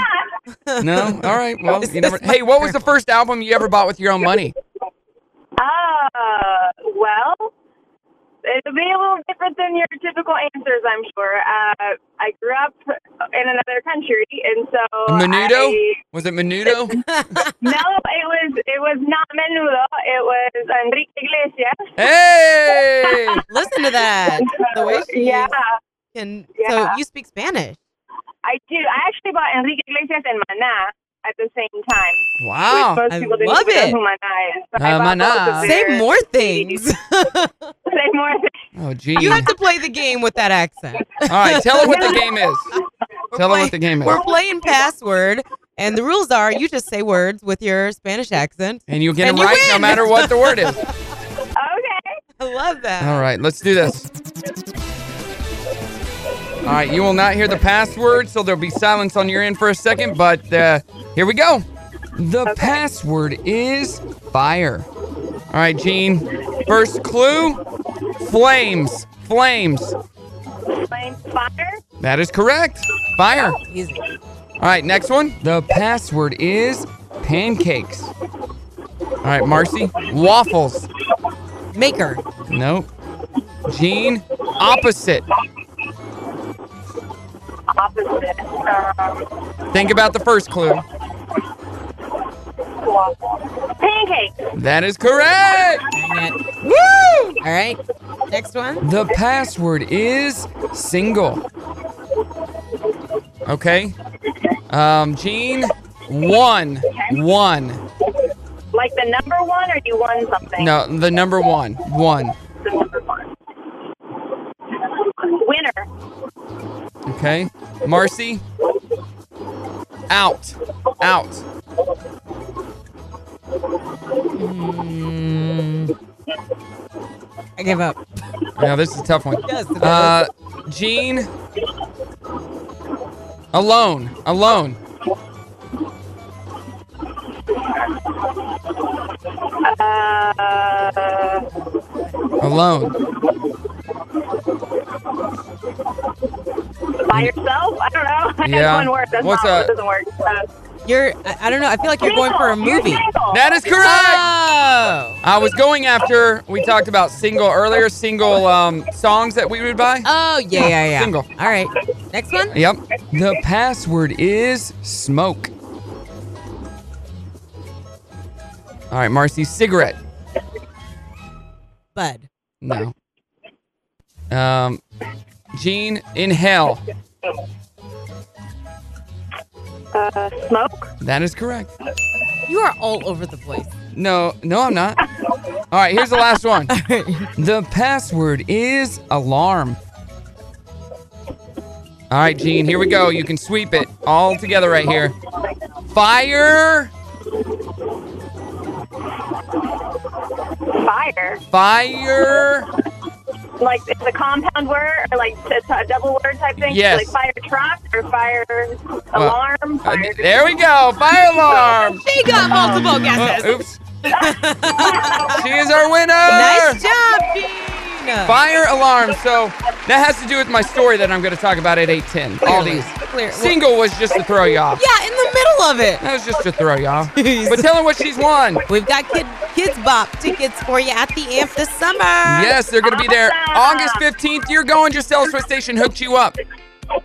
I: no.
G: No. All right. Well,
H: This
G: you never.
H: is my
G: Hey, what was the first album you ever bought with your own money?
I: Uh, well, it'll be a little different than your typical answers, I'm sure. Uh, I grew up in another country, and so
G: Menudo?
I: I-
G: Was it Menudo?
H: (laughs)
I: no, it was it was not Menudo. It was Enrique Iglesias.
G: Hey.
H: Listen to that. (laughs) The way she
I: yeah,
H: can.
I: Yeah.
H: So you speak Spanish.
I: I do. I actually bought Enrique Iglesias and Maná at the same time.
G: Wow.
I: Which most
H: I
I: people didn't
H: love
I: even
H: it.
I: know who Maná is. But
G: Uh,
I: I bought both
G: Maná.
I: of
H: Say
I: their
H: more
I: CDs.
H: things.
I: (laughs) Say more things.
G: Oh, gee.
H: you have to play the game with that accent.
G: All right, tell her what
H: (laughs)
G: the game is. Tell her
H: playing-
G: what the game is.
H: We're playing password, and the rules are you just say words with your Spanish accent.
G: And you'll get
H: And
G: them
H: you
G: right no
H: win.
G: matter what the word is.
I: Okay.
H: I love that.
G: All right, let's do this. All right, you will not hear the password, so there'll be silence on your end for a second, but uh, here we go. The password is fire. All right, Gene. First clue flames. Flames.
I: Flame fire.
G: That is correct. Fire.
H: Easy.
G: All right, next one. The password is pancakes. All right, Marcy. Waffles.
H: Uh, Maker.
G: Nope. Gene. Opposite.
I: Opposite. Um,
G: Think about the first clue.
I: waffle. Pancake.
G: That is correct.
H: Dang it.
G: Woo!
H: All right. Next one.
G: The password is single. Okay. Um, Gene, one, one.
I: Like the number one, or do you want something?
G: No, the number one, one.
I: The number one. Winner.
G: Okay. Marcy, out, out.
H: I give up.
G: Now this is a tough one.
H: Yes, it is.
G: Uh, Gene, alone, alone.
I: Uh,
G: Alone.
I: by yourself? I don't know. (laughs) That's
G: Mm. Yeah.
I: one word. That's
G: What's
I: not,
G: a-
I: that doesn't work. Uh,
H: You're. I, I don't know. I feel like you're going for a
I: single. You're
H: movie.
I: single.
G: That is correct.
H: Oh.
G: I was going after we talked about single earlier, single um, songs that we would buy.
H: Oh yeah yeah yeah.
G: Single.
H: All right. Next one.
G: Yep. The password is smoke. All right, Marcy, cigarette.
H: Bud.
G: No. Um, Gene, inhale.
I: Uh, smoke.
G: That is correct.
H: You are all over the place.
G: No, no, I'm not. All right, here's the last one. The password is alarm. All right, Gene, here we go. You can sweep it all together right here. Fire,
I: Fire.
G: fire.
I: Like it's a compound word, or like it's a double word type thing.
G: Yes.
I: Like fire truck or fire alarm.
G: Uh,
I: Fire.
G: there we go. Fire alarm.
H: She got Um, multiple
G: Oh,
H: guesses. (laughs)
G: oops. she is our winner.
H: Nice job, Gene.
G: Fire alarm. So that has to do with my story that I'm going to talk about at 8:10. All
H: Clearly.
G: these.
H: Clear-
G: Single was just to throw you off.
H: Yeah, in the middle of it. (laughs)
G: That was just to throw you off.
H: Jeez.
G: But tell her what she's won.
H: (laughs) We've got Kid Kids Bop tickets for you at the amp this summer.
G: Yes, they're going to be there August 15th. You're going. Just tell us what station hooked you up.
I: Uh,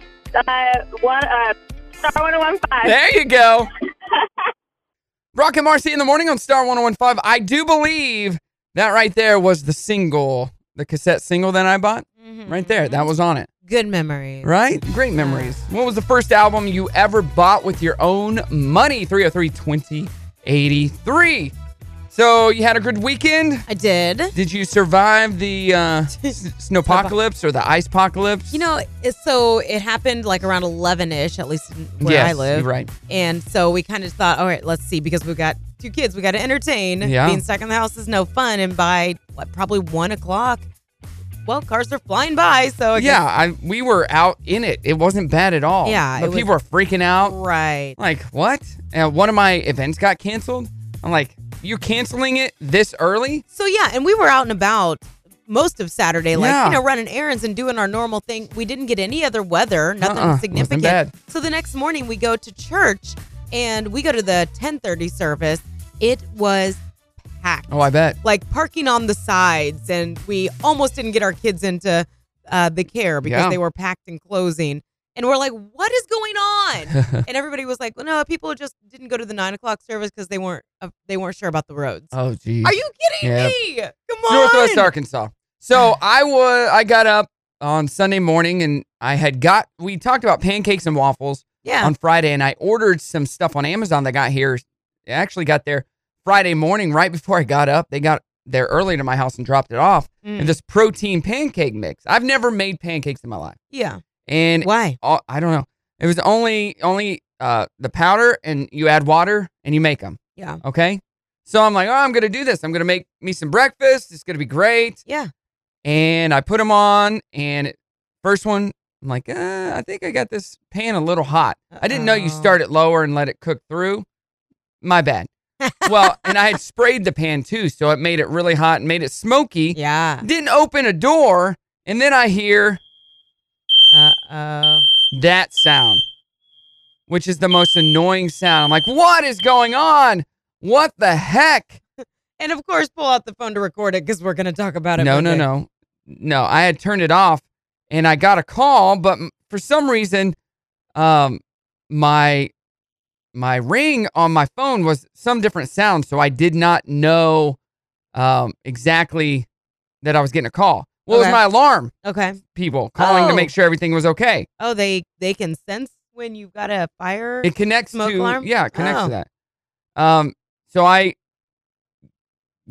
I: one. Uh, star one one five.
G: There you
H: (laughs)
G: go. Rock and Marcy in the morning on Star 1015. I do believe that right there was the single, the cassette single that I bought.
H: Mm-hmm,
G: Right there. That was on it.
H: Good memory.
G: Right? Great memories. What was the first album you ever bought with your own money? 303 2083. So you had a good weekend.
H: I did. (laughs)
G: Did you survive the uh, s- snowpocalypse or the icepocalypse?
H: You know, it, so it happened like around 11 ish, at least where
G: yes,
H: I live.
G: You're right.
H: And so we kind of thought, all right, let's see, because we've got two kids, we got to entertain.
G: Yeah.
H: Being stuck in the house is no fun. And by what, probably one o'clock, well, cars are flying by. So I guess-
G: Yeah, I, we were out in it. It wasn't bad at all.
H: Yeah, it
G: but
H: was-
G: people were freaking out.
H: Right.
G: Like what? And one of my events got canceled. I'm like, you canceling it this early?
H: So yeah, and we were out and about most of Saturday, like
G: Yeah.
H: you know, running errands and doing our normal thing. We didn't get any other weather, nothing
G: Uh-uh, wasn't
H: significant.
G: bad.
H: So the next morning we go to church and we go to the 10:30 service. It was packed.
G: Oh, I bet.
H: Like parking on the sides and we almost didn't get our kids into uh, the care because
G: Yeah.
H: they were packed and closing. And we're like, what is going on?
G: (laughs)
H: and everybody was like, well, no, people just didn't go to the nine o'clock service because they weren't uh, they weren't sure about the roads.
G: Oh, geez.
H: Are you kidding
G: Yeah.
H: me? Come on.
G: Northwest Arkansas. So I was I got up on Sunday morning and I had got we talked about pancakes and waffles
H: Yeah.
G: on Friday and I ordered some stuff on Amazon that got here it actually got there Friday morning right before I got up. They got there early to my house and dropped it off.
H: Mm.
G: And this protein pancake mix. I've never made pancakes in my life.
H: yeah.
G: And
H: Why?
G: all, I don't know. It was only only uh, the powder, and you add water, and you make them.
H: Yeah.
G: Okay. So I'm like, oh, I'm gonna do this. I'm gonna make me some breakfast. It's gonna be great.
H: Yeah.
G: And I put them on, and it- first one, I'm like, uh, I think I got this pan a little hot. I didn't know you
H: Uh-oh.
G: start it lower and let it cook through. My bad. well, and
H: (laughs)
G: I had sprayed the pan too, so it made it really hot and made it smoky.
H: Yeah.
G: Didn't open a door, and then I hear
H: Uh oh.
G: that sound, which is the most annoying sound. I'm like, what is going on? What the heck?
H: And of course, pull out the phone to record it because we're going to talk about it.
G: No,
H: one
G: no,
H: day.
G: no. No, I had turned it off and I got a call, but m- for some reason um my my ring on my phone was some different sound, so I did not know um exactly that I was getting a call. Well, it
H: Okay.
G: was my alarm
H: Okay.
G: people calling to
H: Oh.
G: make sure everything was okay.
H: Oh, they they can sense when you've got a fire.
G: It connects
H: Smoke
G: to
H: alarm?
G: yeah, it connects
H: Oh.
G: to that. Um, so I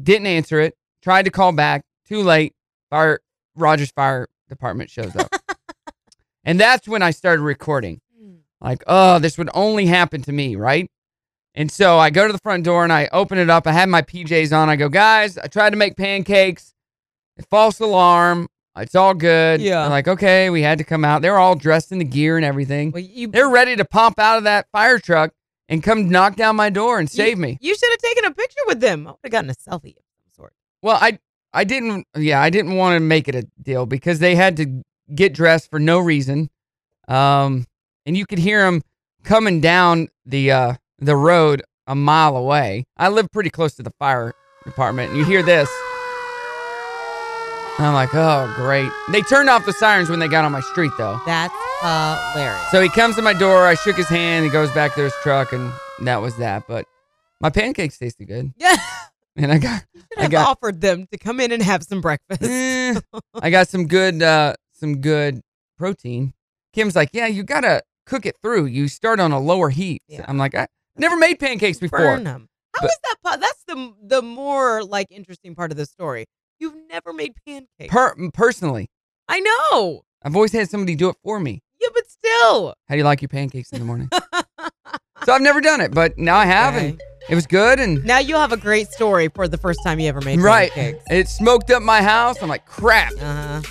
G: didn't answer it. Tried to call back. Too late. Fire Rogers Fire Department shows
H: (laughs)
G: up, and that's when I started recording.
H: Hmm.
G: Like, oh, this would only happen to me, right? And so I go to the front door and I open it up. I had my PJs on. I go, guys, I tried to make pancakes. False alarm. It's all good.
H: Yeah.
G: They're like, okay, we had to come out. They were all dressed in the gear and everything.
H: Well, you
G: They're ready to pop out of that fire truck and come knock down my door and save me.
H: you should have taken a picture with them. I would have gotten a selfie of some sort.
G: Well, I I didn't yeah, I didn't want to make it a deal because they had to get dressed for no reason. Um and you could hear them coming down the uh the road a mile away. I live pretty close to the fire department and you hear this. I'm like, "Oh, great." They turned off the sirens when they got on my street though.
H: That's hilarious.
G: So he comes to my door. I shook his hand. He goes back to his truck, and that was that. But my pancakes tasted good,
H: (laughs) Yeah,
G: and I got
H: should
G: I
H: have
G: got-
H: offered them to come in and have some breakfast.
G: eh,
H: (laughs)
G: I got some good uh, some good protein. Kim's like, yeah, you gotta cook it through. You start on a lower heat.
H: Yeah.
G: I'm like, I never made pancakes before.
H: Burn them. How
G: But-
H: is that? Po- that's the the more like interesting part of the story. You've never made pancakes.
G: Per- mm, personally,
H: I know.
G: I've always had somebody do it for me.
H: Yeah, but still.
G: How do you like your pancakes in the
H: (laughs)
G: morning? so I've never done it, but now I have, and it was good. And
H: Now you'll have a great story for the first time you ever made
G: right,
H: pancakes.
G: it smoked up my house. I'm like, crap,
H: Uh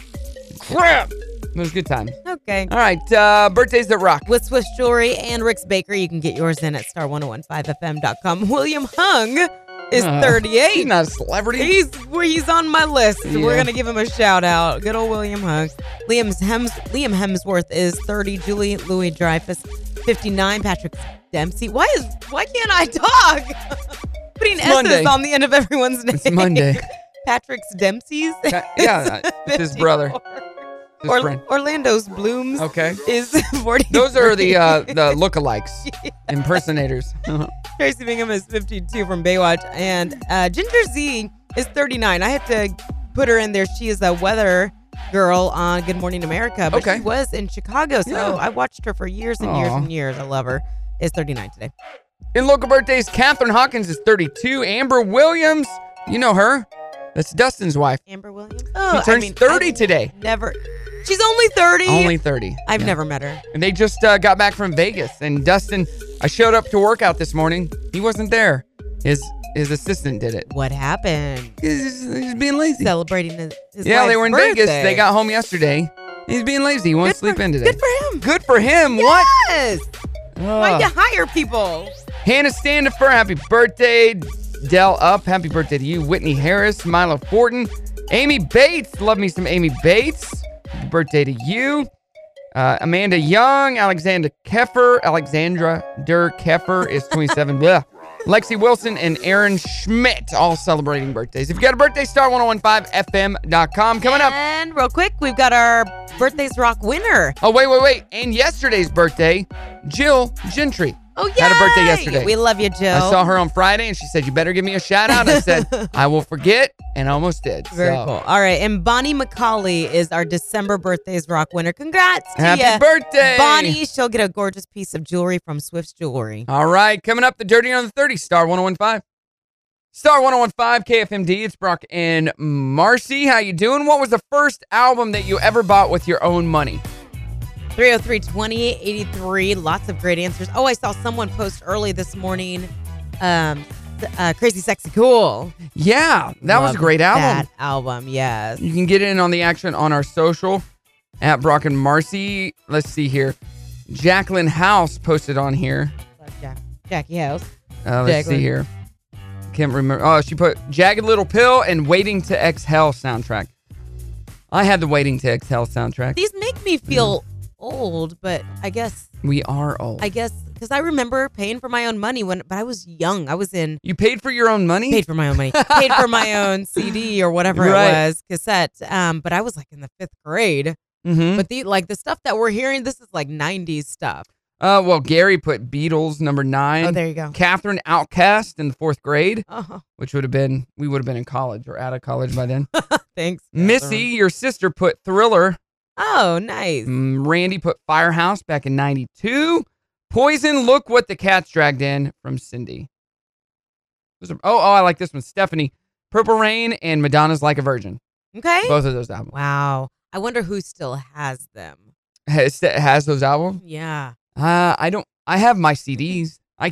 G: crap. It was a good time.
H: huh. Okay.
G: All right, uh, birthdays that rock.
H: With Swiss Jewelry and Rick's Bakery, you can get yours in at star1015fm.com. William Hung is
G: Uh,
H: 38.
G: He's not a celebrity.
H: He's he's on my list. We're
G: Yeah.
H: gonna give him a shout out. Good old William Hugs. Liam Hems Liam Hemsworth is thirty. Julie Louis Dreyfus, fifty nine. Patrick Dempsey. Why is why can't I talk? (laughs) Putting
G: It's
H: S's
G: Monday.
H: on the end of everyone's name.
G: it's
H: (laughs)
G: Monday.
H: Patrick's Dempsey's.
G: Ca- (laughs) yeah, (laughs) it's his brother.
H: 54.
G: His
H: Or-
G: friend.
H: Orlando's Blooms
G: Okay.
H: is (laughs) forty.
G: Those are the (laughs) uh, the (laughs) lookalikes, impersonators.
H: Tracy Bingham is 52 from Baywatch, and uh, Ginger Z is 39. I had to put her in there. She is a weather girl on Good Morning America, but
G: Okay.
H: she was in Chicago, so
G: Yeah.
H: I watched her for years and years
G: Aw.
H: and years. I love her. Is 39 today.
G: In local birthdays, Catherine Hawkins is 32. Amber Williams, you know her. That's Dustin's wife.
H: Amber Williams. Oh,
G: She turns 30 today.
H: Never. She's only 30.
G: Only 30.
H: I've
G: Yeah.
H: never met her.
G: And they just uh, got back from Vegas. And Dustin, I showed up to work out this morning. He wasn't there. His his assistant did it.
H: What happened?
G: He's, he's being lazy.
H: Celebrating his, his
G: yeah, they
H: wife's
G: were in
H: birthday.
G: Vegas. They got home yesterday. He's being lazy. He won't
H: Good
G: sleep
H: for-
G: in today.
H: Good for him.
G: Good for him. What?
H: Yes. Why you hire people?
G: Hannah Standifer, happy birthday. Dell Up, happy birthday to you. Whitney Harris, Milo Fortin, Amy Bates, love me some Amy Bates. Happy birthday to you. Uh, Amanda Young, Alexander Keffer, Alexandra Der Keffer
H: (laughs)
G: is 27. Blah. Lexi Wilson and Aaron Schmidt all celebrating birthdays. If you got a birthday, star 1015fm.com. Coming up.
H: And real quick, we've got our birthdays rock winner.
G: Oh, wait, wait, wait. And yesterday's birthday, Jill Gentry.
H: Oh yeah,
G: Had a birthday yesterday.
H: We love you, Jill.
G: I saw her on Friday and she said, You better give me a shout out. I
H: (laughs)
G: said, I will forget. And I almost did.
H: Very
G: So,
H: cool. All right, and Bonnie McCauley is our December birthdays rock winner. Congrats to
G: Happy
H: ya.
G: birthday.
H: Bonnie. She'll get a gorgeous piece of jewelry from Swift's Jewelry.
G: All right. Coming up, the Dirty on the 30, Star 1015. Star 1015 KFMD. It's Brock and Marcy. How you doing? What was the first album that you ever bought with your own money?
H: 303 2083. Lots of great answers. Oh, I saw someone post early this morning. Um, uh, Crazy Sexy Cool.
G: Yeah, that was a
H: Love
G: great album.
H: That album, yes.
G: You can get in on the action on our social at Brock and Marcy. Let's see here. Jacqueline House posted on here.
H: Love Jack- Jackie House.
G: Uh, let's
H: Jacqueline.
G: see here. can't remember. Oh, she put Jagged Little Pill and Waiting to Exhale soundtrack. I had the Waiting to Exhale soundtrack.
H: These make me feel
G: Mm.
H: old, but I guess
G: we are old.
H: I guess because I remember paying for my own money when, but I was young. I
G: (laughs)
H: was in
G: you paid for your own money?
H: paid for my own money, paid for my own CD or whatever
G: Right.
H: it was, cassette. Um, but I was like in the fifth grade.
G: Mm-hmm.
H: But the like the stuff that we're hearing, this is like '90s stuff.
G: Uh, well, Gary put Beatles number nine.
H: Oh, there you go.
G: Catherine Outcast in the fourth grade,
H: Oh, (laughs)
G: which would have been we would have been in college or out of college by then.
H: thanks,
G: Missy, your sister put Thriller.
H: Oh, nice.
G: Mm, Randy put Firehouse back in '92. Poison, look what the cat's dragged in from Cindy. Those are- oh, oh, I like this one. Stephanie, Purple Rain, and Madonna's Like a Virgin.
H: Okay.
G: Both of those albums.
H: Wow. I wonder who still has them.
G: Has, has those albums?
H: Yeah.
G: Uh, I don't. I have my CDs. I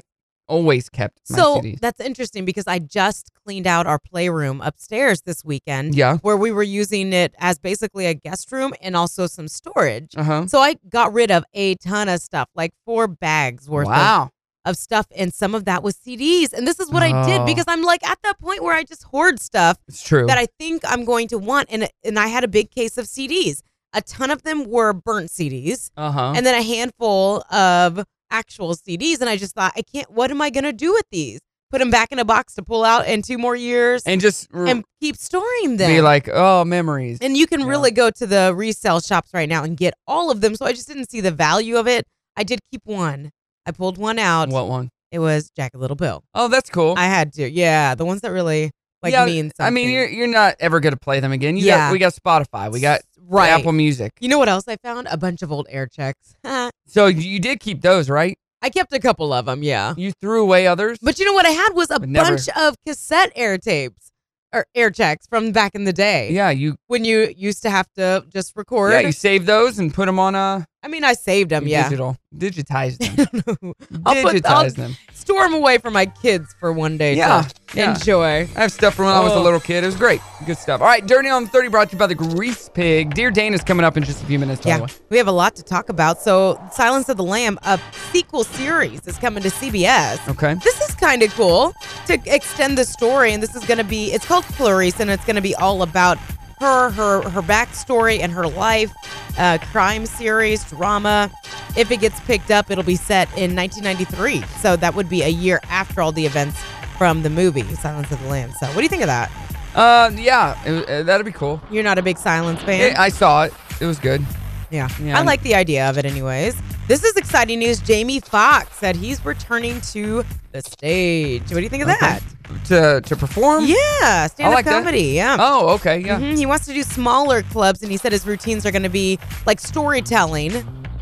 G: always kept my
H: So
G: CDs.
H: that's interesting because I just cleaned out our playroom upstairs this weekend
G: Yeah.
H: where we were using it as basically a guest room and also some storage.
G: Uh huh.
H: So I got rid of a ton of stuff, like four bags worth of
G: Wow.
H: of stuff and some of that was CDs. And this is what I
G: Oh.
H: did because I'm like at that point where I just hoard stuff
G: It's true.
H: that I think I'm going to want and and I had a big case of CDs. A ton of them were burnt CDs
G: uh huh.
H: and then a handful of actual CDs and I just thought I can't what am I going to do with these? Put them back in a box to pull out in two more years and,
G: And just r-
H: keep storing them.
G: be like, oh, memories.
H: And you can
G: Yeah.
H: really go to the resale shops right now and get all of them. So I just didn't see the value of it. I did keep one. I pulled one out.
G: What one?
H: It was Jack a Little Pill.
G: Oh, that's cool.
H: I had to. Yeah, the ones that really like
G: Yeah,
H: mean something.
G: I mean, you're you're not ever gonna play them again. You
H: Yeah.
G: Got, we got Spotify. We got
H: right.
G: Apple Music.
H: You know what else I found? A bunch of old air checks. (laughs) I
G: So you did keep those, right?
H: kept a couple of them. Yeah,
G: You threw away others.
H: but you know what I had was a
G: But never-
H: bunch of cassette air tapes or air checks from back in the day
G: yeah, you
H: when you used to have to just record.
G: yeah you saved those and put them on a
H: I mean, I saved them. Yeah.
G: digital digitize them.
H: (laughs) I'll put- I'll-
G: digitize them.
H: Store them away for my kids for one day.
G: Yeah,
H: to
G: yeah.
H: Enjoy.
G: I have stuff from when I was a
H: Oh.
G: little kid. It was great. Good stuff. All right, Dirty on 30 brought to you by the Grease Pig. Dear Dane is coming up in just a few minutes, by the
H: Yeah,
G: way.
H: we have a lot to talk about. So, Silence of the Lamb, a sequel series, is coming to CBS.
G: Okay.
H: This is kind of cool to extend the story, and this is going to be. It's called Clarice, and it's going to be all about her, her, her backstory and her life. Uh, crime series drama. If it gets picked up, it'll be set in 1993, so that would be a year after all the events from the movie Silence of the Lambs. So, what do you think of that?
G: Uh, yeah, it- uh, that'd be cool.
H: You're not a big Silence fan.
G: Yeah, I saw it. It was good.
H: Yeah.
G: Yeah.
H: I like the idea of it, anyways. This is exciting news. Jamie Foxx said he's returning to the stage. What do you think of
G: Okay.
H: that?
G: to to perform.
H: Yeah, stand up
G: like that.
H: comedy. Yeah.
G: Oh, okay. Yeah.
H: Mhm. He wants to do smaller clubs, and he said his routines are going to be like storytelling,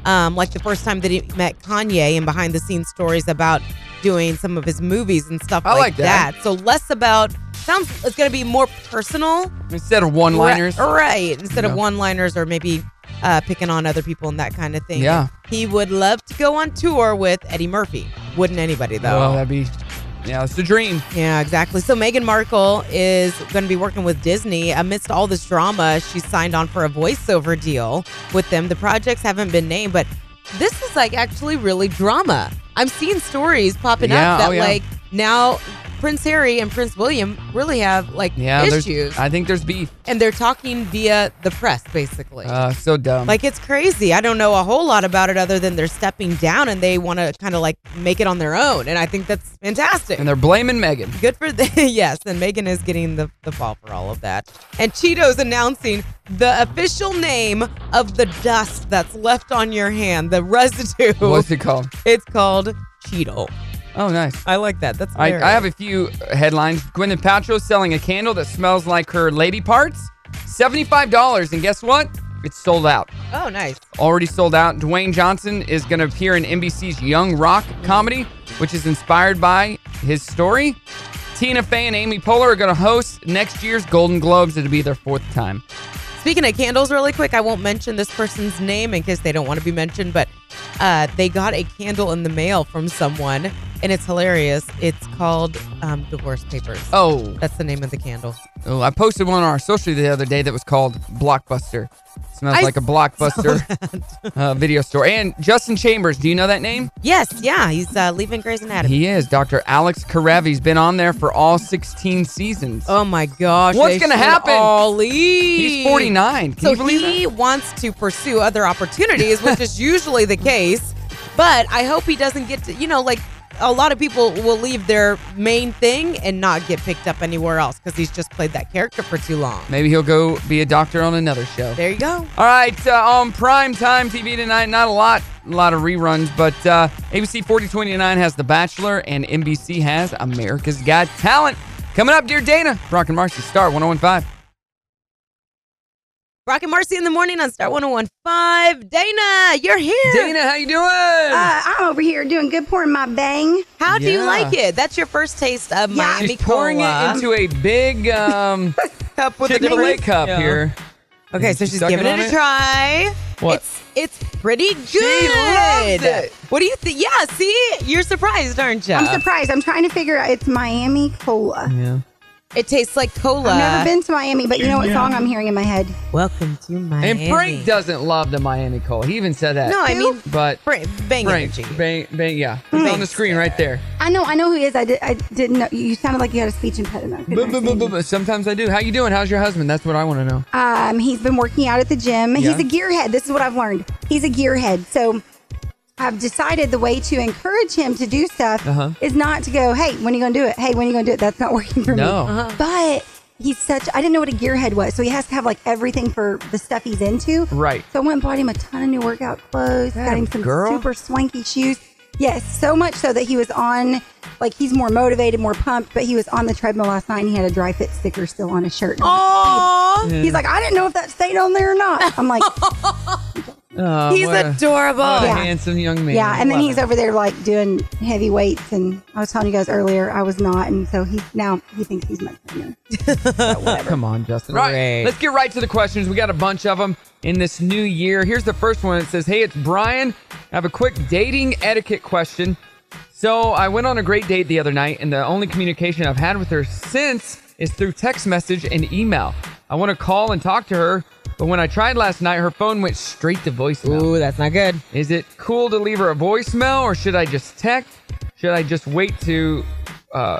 H: um, like the first time that he met Kanye and behind the scenes stories about doing some of his movies and stuff
G: I like that.
H: So less about sounds. It's going to be more personal.
G: Instead of one liners.
H: Ri- Mm-hmm. Right. Instead
G: Yeah.
H: of one liners or maybe uh, picking on other people and that kind of thing.
G: Yeah.
H: He would love to go on tour with Eddie Murphy. Wouldn't anybody, though?
G: Well, Oh, that'd be. Yeah, it's a dream.
H: yeah, exactly. So Meghan Markle is going to be working with Disney. Amidst all this drama, she signed on for a voiceover deal with them. The projects haven't been named, but this is like actually really drama. I'm seeing stories popping
G: Yeah,
H: up that,
G: oh, yeah.
H: like, now Prince Harry and Prince William really have, like,
G: Yeah, there's-
H: issues
G: I think there's beef.
H: and they're talking via the press basically.
G: Uh, so dumb.
H: like it's crazy. I don't know a whole lot about it other than they're stepping down and they want to kind of like make it on their own and I think that's fantastic.
G: and they're blaming Megan.
H: Good for the (laughs) yes, and Megan is getting the, the fall for all of that. And Cheeto's announcing the official name of the dust that's left on your hand, the residue.
G: What's it called?
H: (laughs) It's called Cheeto.
G: Oh, nice.
H: I like that. That's
G: I,
H: hilarious.
G: I have a few headlines. Gwyneth Paltrow selling a candle that smells like her lady parts. Seventy-five dollars, and guess what? It's sold out.
H: oh nice.
G: Already sold out. Dwayne Johnson is going to appear in NBC's Young Rock comedy, which is inspired by his story. Tina Fey and Amy Poehler are going to host next year's Golden Globes. It'll be their fourth time.
H: Speaking of candles, really quick, I won't mention this person's name in case they don't want to be mentioned, but uh, they got a candle in the mail from someone and it's hilarious. It's called um, Divorce Papers.
G: Oh,
H: That's the name of the candle.
G: oh, I posted one on our social the other day that was called Blockbuster. Smells
H: I
G: like a blockbuster uh, video store. And Justin Chambers, do you know that name?
H: Yes, yeah, he's uh, leaving Grey's Anatomy.
G: He is Dr. Alex Karevi's been on there for all 16 seasons.
H: oh my gosh!
G: What's
H: they
G: gonna
H: should
G: happen?
H: All leave.
G: He's 49. Can
H: so
G: you believe
H: he wants to pursue other opportunities, which is usually the case. But I hope he doesn't get to, you know, like a lot of people will leave their main thing and not get picked up anywhere else because he's just played that character for too long.
G: that? Maybe he'll go be a doctor on another show.
H: There you go.
G: All right, uh, on prime time TV tonight, not a lot, a lot of reruns, but uh, ABC 4029 has The Bachelor and NBC has America's Got Talent. Coming up, dear Dana, Brock and Marcy, Star 1015.
H: Brock and Marcy in the morning on Star 1015. Dana, you're here.
G: Dana, how you doing?
H: Ah,
J: Uh, I'm over here doing good, pouring my bang.
H: How do you
G: Yeah.
H: like it? That's your first taste of
J: Yeah.
H: Miami
G: She's pouring
H: cola.
G: it into a big um,
H: cup (laughs) with the
G: Chick-fil-A
H: different-
G: cup
H: Yeah.
G: here.
H: Okay, so
G: She's
H: she's
G: sucking
H: giving it
G: on
H: a
G: it?
H: try.
G: What?
H: It's it's pretty good.
G: loves it.
H: What do you think? Yeah, see, you're surprised, aren't you?
J: I'm
G: Uh-huh.
J: surprised. I'm trying to figure out. It's Miami Cola.
G: Yeah.
H: It tastes like cola.
J: I've never been to Miami, but you know what song I'm hearing in my head?
H: Welcome to Miami.
G: And Frank doesn't love the Miami Cola. He even said that.
H: No, I mean
G: But
H: Frank, bang
G: Frank,
H: energy.
G: bang, bang, yeah. It's on the screen right there.
J: I know, I know who he is. I, did, I didn't know. You sounded like you had a speech impediment. I couldn't
G: Boom, boom, boom,
J: understand
G: boom,
J: you.
G: boom. Sometimes I do. How you doing? How's your husband? That's what I want to know.
J: Um, he's been working out at the gym.
G: Yeah.
J: He's a gearhead. This is what I've learned. He's a gearhead. So I've decided the way to encourage him to do stuff
G: Uh-huh.
J: is not to go, hey, when are you going to do it? Hey, when are you going to do it? That's not (laughs) working for
G: No.
J: me.
H: Uh-huh.
J: But he's such, I didn't know what a gearhead was. So he has to have like everything for the stuff he's into.
G: Right.
J: So I went and bought him a ton of new workout clothes, got him some
G: girl.
J: super swanky shoes. Yes, so much so that he was on, like, he's more motivated, more pumped, but he was on the treadmill last night and he had a dry fit sticker still on his shirt.
G: Oh.
H: Aw,
J: He's like, I didn't know if that stayed on there or not. I'm like,
G: Oh,
H: he's
G: what a-
H: adorable.
G: what a
J: Yeah.
G: handsome young (laughs) man.
J: yeah. And then
G: Love
J: he's
G: it.
J: over there like doing heavy weights. And I was telling you guys earlier, I was not. And so he's now, he thinks he's my partner.
G: Come on, Justin. All right,
H: Great.
G: let's get right to the questions. We got a bunch of them in this new year. Here's the first one. It says, "Hey, it's Brian. I have a quick dating etiquette question. So I went on a great date the other night, and the only communication I've had with her since is through text message and email. I want to call and talk to her, but when I tried last night, her phone went straight to voicemail.
H: Ooh, that's not good.
G: Is it cool to leave her a voicemail or should I just text? Should I just wait to uh,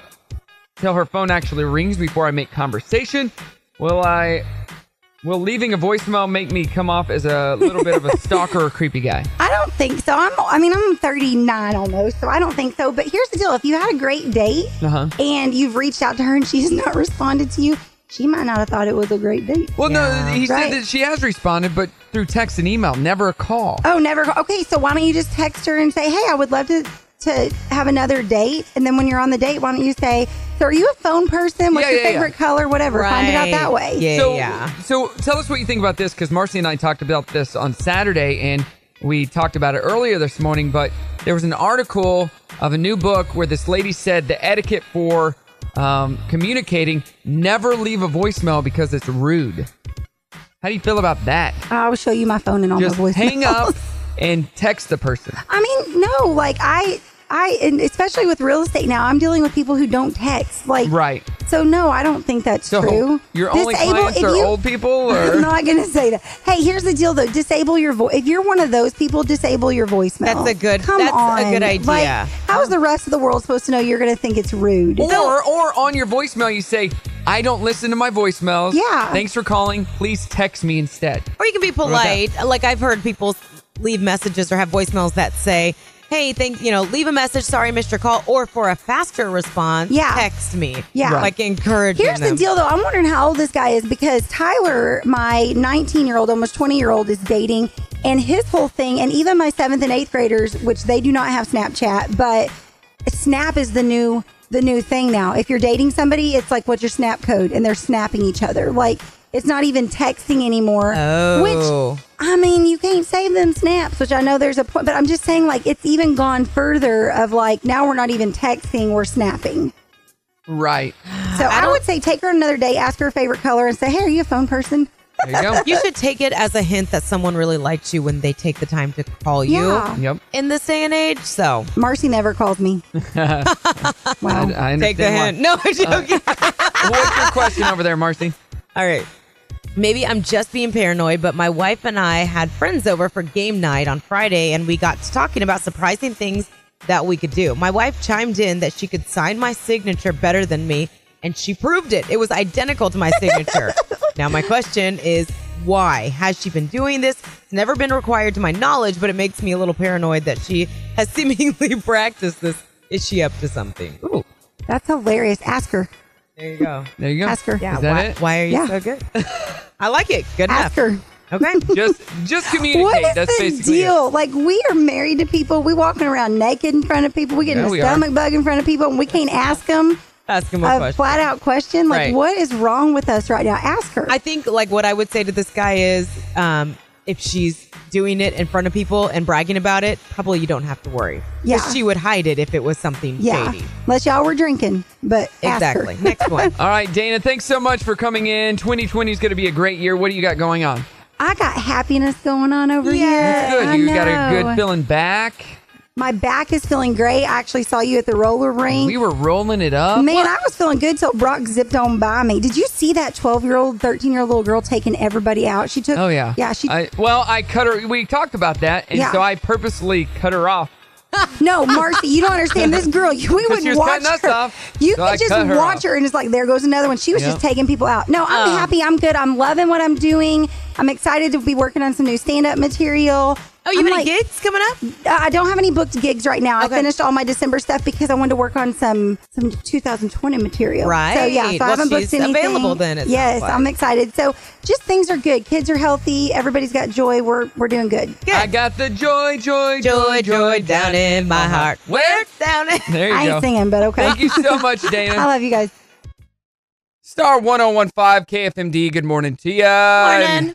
G: till her phone actually rings before I make conversation? Will I will leaving a voicemail make me come off as a little bit of a stalker or creepy guy?
J: I don't think so. I'm, I mean, I'm 39 almost. So I don't think so. But here's the deal if you had a great date
G: Uh-huh.
J: and you've reached out to her and she's (laughs) not responded to you, she might not have thought it was a great date.
G: Well, no, he said
J: Right.
G: that she has responded, but through text and email, never a call.
J: Oh, never. Okay, so why don't you just text her and say, "Hey, I would love to to have another date." And then when you're on the date, why don't you say, "So are you a phone person? What's
G: Yeah,
J: your
G: yeah, yeah.
J: favorite color? Whatever. Find it out that way."
H: Yeah,
G: so,
H: yeah.
G: So tell us what you think about this because Marcy and I talked about this on Saturday and we talked about it earlier this morning, but there was an article of a new book where this lady said the etiquette for um, communicating never leave a voicemail because it's rude. How do you feel about that?
J: I'll show you my phone and all
G: Just
J: my voice.
G: hang up and text the person.
J: (laughs) I mean, no, like I. I and especially with real estate now, I'm dealing with people who don't text. Like,
G: Right.
J: So no, I don't think that's
G: So
J: true.
G: your only clients
J: if
G: are
J: you-
G: old people or
J: (laughs) I'm not gonna say that. Hey, here's the deal though. Disable your voice. If you're one of those people, disable your voicemail.
H: That's a good-
J: Come
H: that's a
J: on.
H: good
J: Like,
H: idea.
J: how's the rest of the world supposed to know you're gonna think it's rude?
G: Or, or on your voicemail, you say, I don't listen to my voicemails.
J: Yeah.
G: Thanks for calling. Please text me instead.
H: Or you can be
G: about
H: polite. Like I've heard people leave messages or have voicemails that say, "Hey, thank you know, leave a message. Sorry, I missed your call." Or for a faster response,
J: Yeah.
H: text me.
J: Yeah. Right.
H: like encouraging.
J: Here's
H: them.
J: the deal, though. I'm wondering how old this guy is because Tyler, my 19 year old, almost 20 year old, is dating, and his whole thing, and even my seventh and eighth graders, which they do not have Snapchat, but Snap is the new the new thing now. If you're dating somebody, it's like what's your Snap code, and they're snapping each other. Like it's not even texting anymore.
H: Oh.
J: Which I mean, you can't save them snaps, which I know there's a point, but I'm just saying, like it's even gone further of like now we're not even texting, we're snapping.
G: Right.
J: So I, would say take her on another date, ask her favorite color, and say, "Hey, are you a phone person?"
G: There you
J: (laughs)
G: go.
H: You should take it as a hint that someone really likes you when they take the time to call you
J: Yeah.
G: Yep.
H: in this day and age. So
J: Marcy never
G: (laughs)
J: calls me.
G: I,
J: Wow.
G: I
H: take the
G: understand
H: hint. No, I'm joking.
J: (laughs)
G: why. What's your question over there, Marcy?
H: All right. Maybe I'm just being paranoid, but my wife and I had friends over for game night on Friday, and we got to talking about surprising things that we could do. My wife chimed in that she could sign my signature better than me, and she proved it. It was identical to my signature. now, my question is why? Has she been doing this? It's never been required to my knowledge, but it makes me a little paranoid that she has (laughs) seemingly practiced this. Is she up to something? Ooh,
J: That's hilarious. Ask her.
H: there you go.
G: There you go.
J: Ask her.
H: Yeah,
G: Is that
H: why,
G: it?
H: why are you
J: Yeah.
H: so good? (laughs) I like it. Good
J: Ask
H: enough.
J: her.
H: Okay.
J: (laughs)
G: Just just communicate.
J: What is
G: That's
J: the
G: basically It.
J: deal? Like we are married to people. We walking around naked in front of people. We getting
G: Yeah,
J: a
G: we are.
J: stomach bug in front of people, and we can't ask them
H: Ask him a,
J: a
H: question.
J: flat out question. Like
H: Right.
J: what is wrong with us right now? Ask her.
H: I think like what I would say to this guy is um, if she's doing it in front of people and bragging about it, probably you don't have to worry. 'Cause
J: Yeah.
H: She would hide it if it was something
J: yeah,
H: shady.
J: unless y'all were drinking, but
H: Exactly.
J: (laughs) Ask her.
H: Next one.
G: All right, Dana, thanks so much for coming in. 2020 is going to be a great year. What do you got going
J: Uh,
G: on?
J: I got happiness going on over
H: Yeah.
J: here.
H: That's
G: Good.
J: I
G: you got a
J: know.
G: good feeling back.
J: My back is feeling great. I actually saw you at the roller rink.
G: We were rolling it up.
J: Man, I was feeling good till Brock zipped on by me. Did you see that 12 year old, 13 year old little girl taking everybody out? She took.
G: Oh yeah.
J: Yeah, she.
G: I, well, I cut her. We talked about that, and
J: Yeah.
G: so I purposely cut her off.
J: no, Marcy, you don't understand. This girl, you-
G: (laughs)
J: we
G: she
J: would
G: was
J: watch
G: cutting us
J: her.
G: off,
J: you
G: so
J: could
G: I
J: just
G: cut her
J: watch
G: off.
J: her and it's like, there goes another one. She was just
G: Yeah. Oh.
J: taking people out. No, I'm happy. I'm good. I'm loving what I'm doing. I'm excited to be working on some new stand up material.
H: Oh, you
J: I'm
H: have any
J: like,
H: gigs coming up?
J: Uh, I don't have any booked gigs right now.
H: Okay.
J: I finished all my December stuff because I wanted to work on some some 2020 material. So
H: Right.
J: yeah, so
H: Well,
J: I haven't
H: she's
J: booked anything.
H: available then, it
J: Yes,
H: sounds like.
J: I'm excited. So just things are good. Kids are healthy. Everybody's got joy. We're we're doing good.
H: Good.
G: I got the joy, joy,
H: joy, joy down in
J: Uh-huh.
H: my heart.
G: Where?
H: Down in. (laughs)
G: There you
J: I ain't
G: go.
J: singing, but okay. (laughs)
G: Thank you so much,
J: I
G: Dana.
J: love you guys.
G: Star 1015 KFMD. Good morning to you.
H: Morning.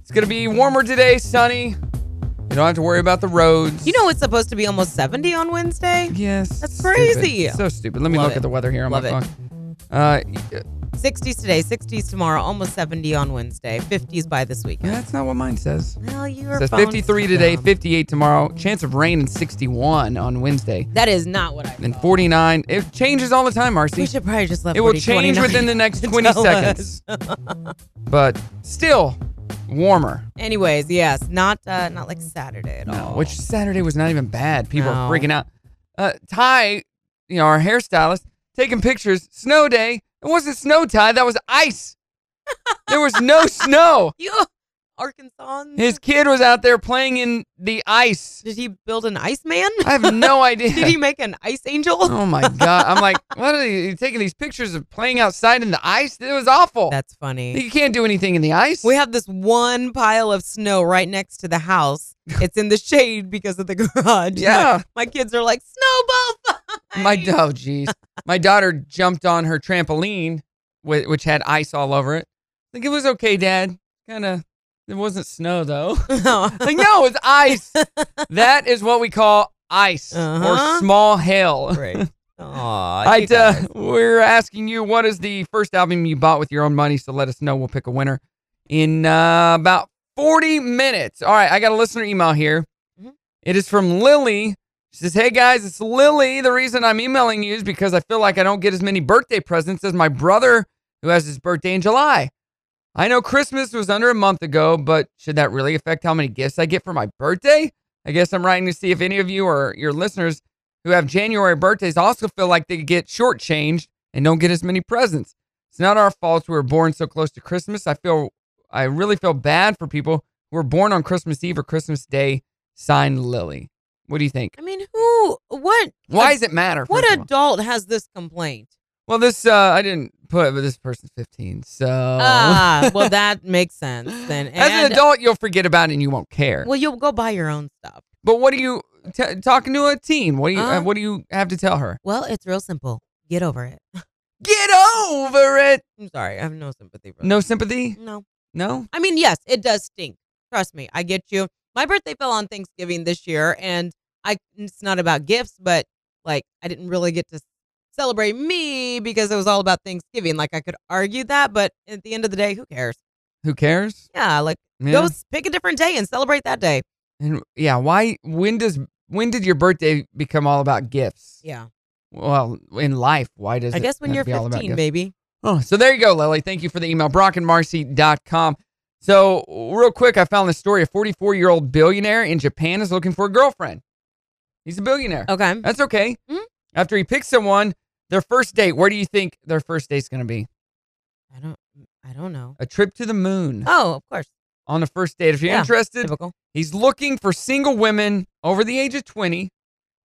G: It's going to be warmer today, sunny. You don't have to worry about the roads.
H: You know it's supposed to be almost 70 on Wednesday?
G: Yes.
H: That's
G: stupid.
H: crazy.
G: So stupid. Let me
H: Love
G: look
H: it.
G: at the weather here on
H: Love
G: my
H: it.
G: phone. Uh, yeah,
H: 60s today, 60s tomorrow, almost 70 on Wednesday, 50s by this weekend.
G: that's not what mine says.
H: Well, you
G: It
H: are
G: says 53 today, 58 tomorrow. Chance of rain and 61 on Wednesday.
H: That is not what I
G: And
H: thought.
G: 49. It changes all the time, Marcy.
H: We should probably just let
G: It will
H: 40,
G: change
H: 29.
G: within the next 20
H: (laughs) Tell
G: seconds. but still warmer.
H: Anyways, yes, not uh, not
G: Mm.
H: like Saturday at all. (laughs)
G: Which Saturday was not even bad. People are
H: No.
G: freaking out. Uh, Ty, you know, our hairstylist, taking pictures. Snow day. It wasn't snow, Ty. That was ice. there was
H: (laughs)
G: no snow.
H: you Arkansas?
G: His kid was out there playing in the ice.
H: Did he build an ice man?
G: I have no idea. (laughs)
H: (laughs) Did he make an ice angel?
G: Oh my god! I'm like, what are you taking these pictures of playing outside in the ice? It was awful.
H: That's funny.
G: you can't do anything in the ice.
H: We have this one pile of snow right next to
G: (laughs)
H: the house. It's in the shade because of the garage.
G: Yeah.
H: My, my kids are like, snowball. Fight!
G: My
H: (laughs)
G: do- oh jeez, my daughter jumped on her trampoline, whi- which had ice all over it. I think it was okay, Dad. Kind of, it wasn't snow though. (laughs) like no, it's ice. that is what we call ice or
H: Uh-huh.
G: small hail.
B: (laughs)
H: Great. Aw,
G: I,
H: you
G: uh,
H: guys.
G: (laughs) we're asking you what is the first album you bought with your own money. So let us know. We'll pick a winner in uh, about 40 minutes. All right, I got a listener email here.
H: Mhm.
G: It is from Lily. She says, "Hey guys, it's Lily. The reason I'm emailing you is because I feel like I don't get as many birthday presents as my brother, who has his birthday in July. I know Christmas was under a month ago, but should that really affect how many gifts I get for my birthday? I guess I'm writing to see if any of you or your listeners." who have January birthdays also feel like they get shortchanged and don't get as many presents. It's not our fault we were born so close to Christmas. I feel I really feel bad for people who were born on Christmas Eve or Christmas Day. Signed Lily. What do you think?
H: I mean, who? What?
G: Why does it matter? first
H: What
G: of all?
H: adult has this complaint?
G: well, this uh, I didn't put, but this person's 15, so (laughs)
H: Ah, well, that makes sense then.
G: Oh. as an
H: And-
G: adult, you'll forget about it and you won't care.
H: Well, you'll go buy your own stuff.
G: but what do you t- talking to a teen? What do you
H: Uh-huh.
G: uh, what do you have to tell her?
H: Well, it's real simple. Get over it. (laughs)
G: Get over it.
H: I'm sorry. I have no sympathy for
G: No sympathy.
H: that. No.
G: No.
H: I mean, yes, it does stink. Trust me. I get you. My birthday fell on Thanksgiving this year, and I it's not about gifts, but like I didn't really get to celebrate me because it was all about Thanksgiving. Like I could argue that, but at the end of the day, who cares?
G: Who cares?
H: Yeah, like
G: Yeah.
H: go s- pick a different day and celebrate that day.
G: and yeah, why? When does when did your birthday become all about gifts?
H: Yeah,
G: Well, in life, why does
H: I
G: it
H: guess when
G: have
H: you're
G: to be all about
H: 15,
G: gifts?
H: baby.
G: Oh, so there you go, Lily. Thank you for the email. BrockandMarcy.com. So, real quick, I found this story. A 44 year old billionaire in Japan is looking for a girlfriend. He's a billionaire.
H: Okay,
G: That's okay.
H: Mhm.
G: After he picks someone, their first date, where do you think their first date's going to be?
H: I don't, I don't know.
G: A trip to the moon
H: Oh, of course,
G: on the first date. If you're
H: Yeah.
G: interested,
H: typical.
G: he's looking for single women over the age of 20.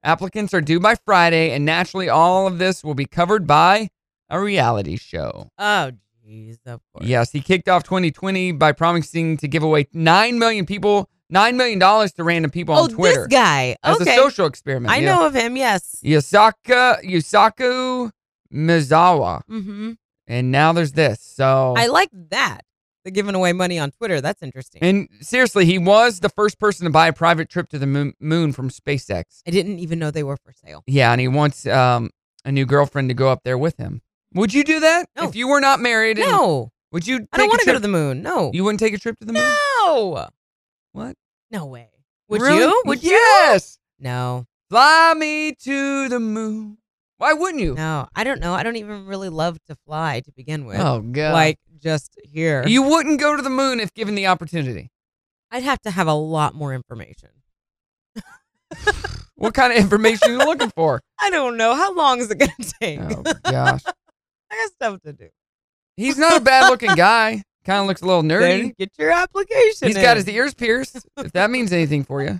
G: Applicants are due by Friday, and naturally, all of this will be covered by a reality show.
H: Oh, jeez, of course.
G: Yes, he kicked off 2020 by promising to give away nine million people, nine million dollars to random people
H: Oh,
G: on Twitter
H: this guy.
G: as
H: okay,
G: a social experiment.
H: I know of him. Yes.
G: yeah. Yasaka Yusaku Mizawa,
H: Mm-hmm.
G: and now there's this. So,
H: I like that. The giving away money on Twitter. That's interesting.
G: and seriously, he was the first person to buy a private trip to the moon, moon from SpaceX.
H: I didn't even know they were for sale.
G: Yeah, and he wants um, a new girlfriend to go up there with him. Would you do that
H: No.
G: if you were not married? and-
H: No,
G: Would you? Take
H: I don't
G: a
H: want to go
G: trip-
H: to the moon. No.
G: You wouldn't take a trip to the moon?
H: no.
G: What?
H: No way. Would
G: Really?
H: you? Would you?
G: yes.
H: No.
G: Fly me to the moon. Why wouldn't you?
H: No. I don't know. I don't even really love to fly to begin with.
G: Oh god.
H: Like just here.
G: you wouldn't go to the moon if given the
H: (laughs)
G: opportunity.
H: I'd have to have a lot more information.
G: What kind of information are you looking
H: (laughs)
G: for?
H: I don't know. How long is it going to (laughs) take?
G: Oh gosh.
H: I got stuff to do.
G: He's not a bad looking guy. Kind of looks a little
H: Then
G: nerdy.
H: get your application.
G: He's got his
H: (gasps) in.
G: ears pierced. If that means anything for you.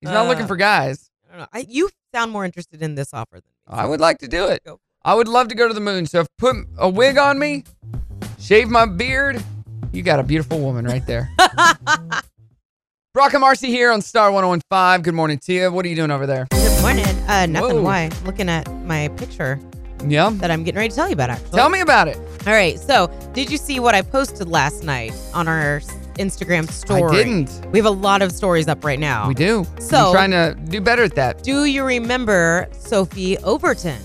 G: He's not looking
H: Uh,
G: for guys.
H: I don't know. I, you sound more interested in this offer than me.
G: I would like to do it.
H: Go.
G: I would love to go to the moon. So if put a wig on me, shave my beard, you got a beautiful woman right
H: (laughs)
G: there. Brock and Marcy here on Star 1015. Good morning, Tia. What are you doing over there?
H: Good morning. Uh, nothing.
G: Whoa.
H: Why? Looking at my picture
G: Yeah.
H: that I'm getting ready to tell you about. Actually,
G: Tell me about it.
H: All right. So, did you see what I posted last night on our s- Instagram story?
G: I didn't.
H: We have a lot of stories up right now.
G: We do.
H: So-
G: I'm trying to do better at that.
H: Do you remember Sophie Overton?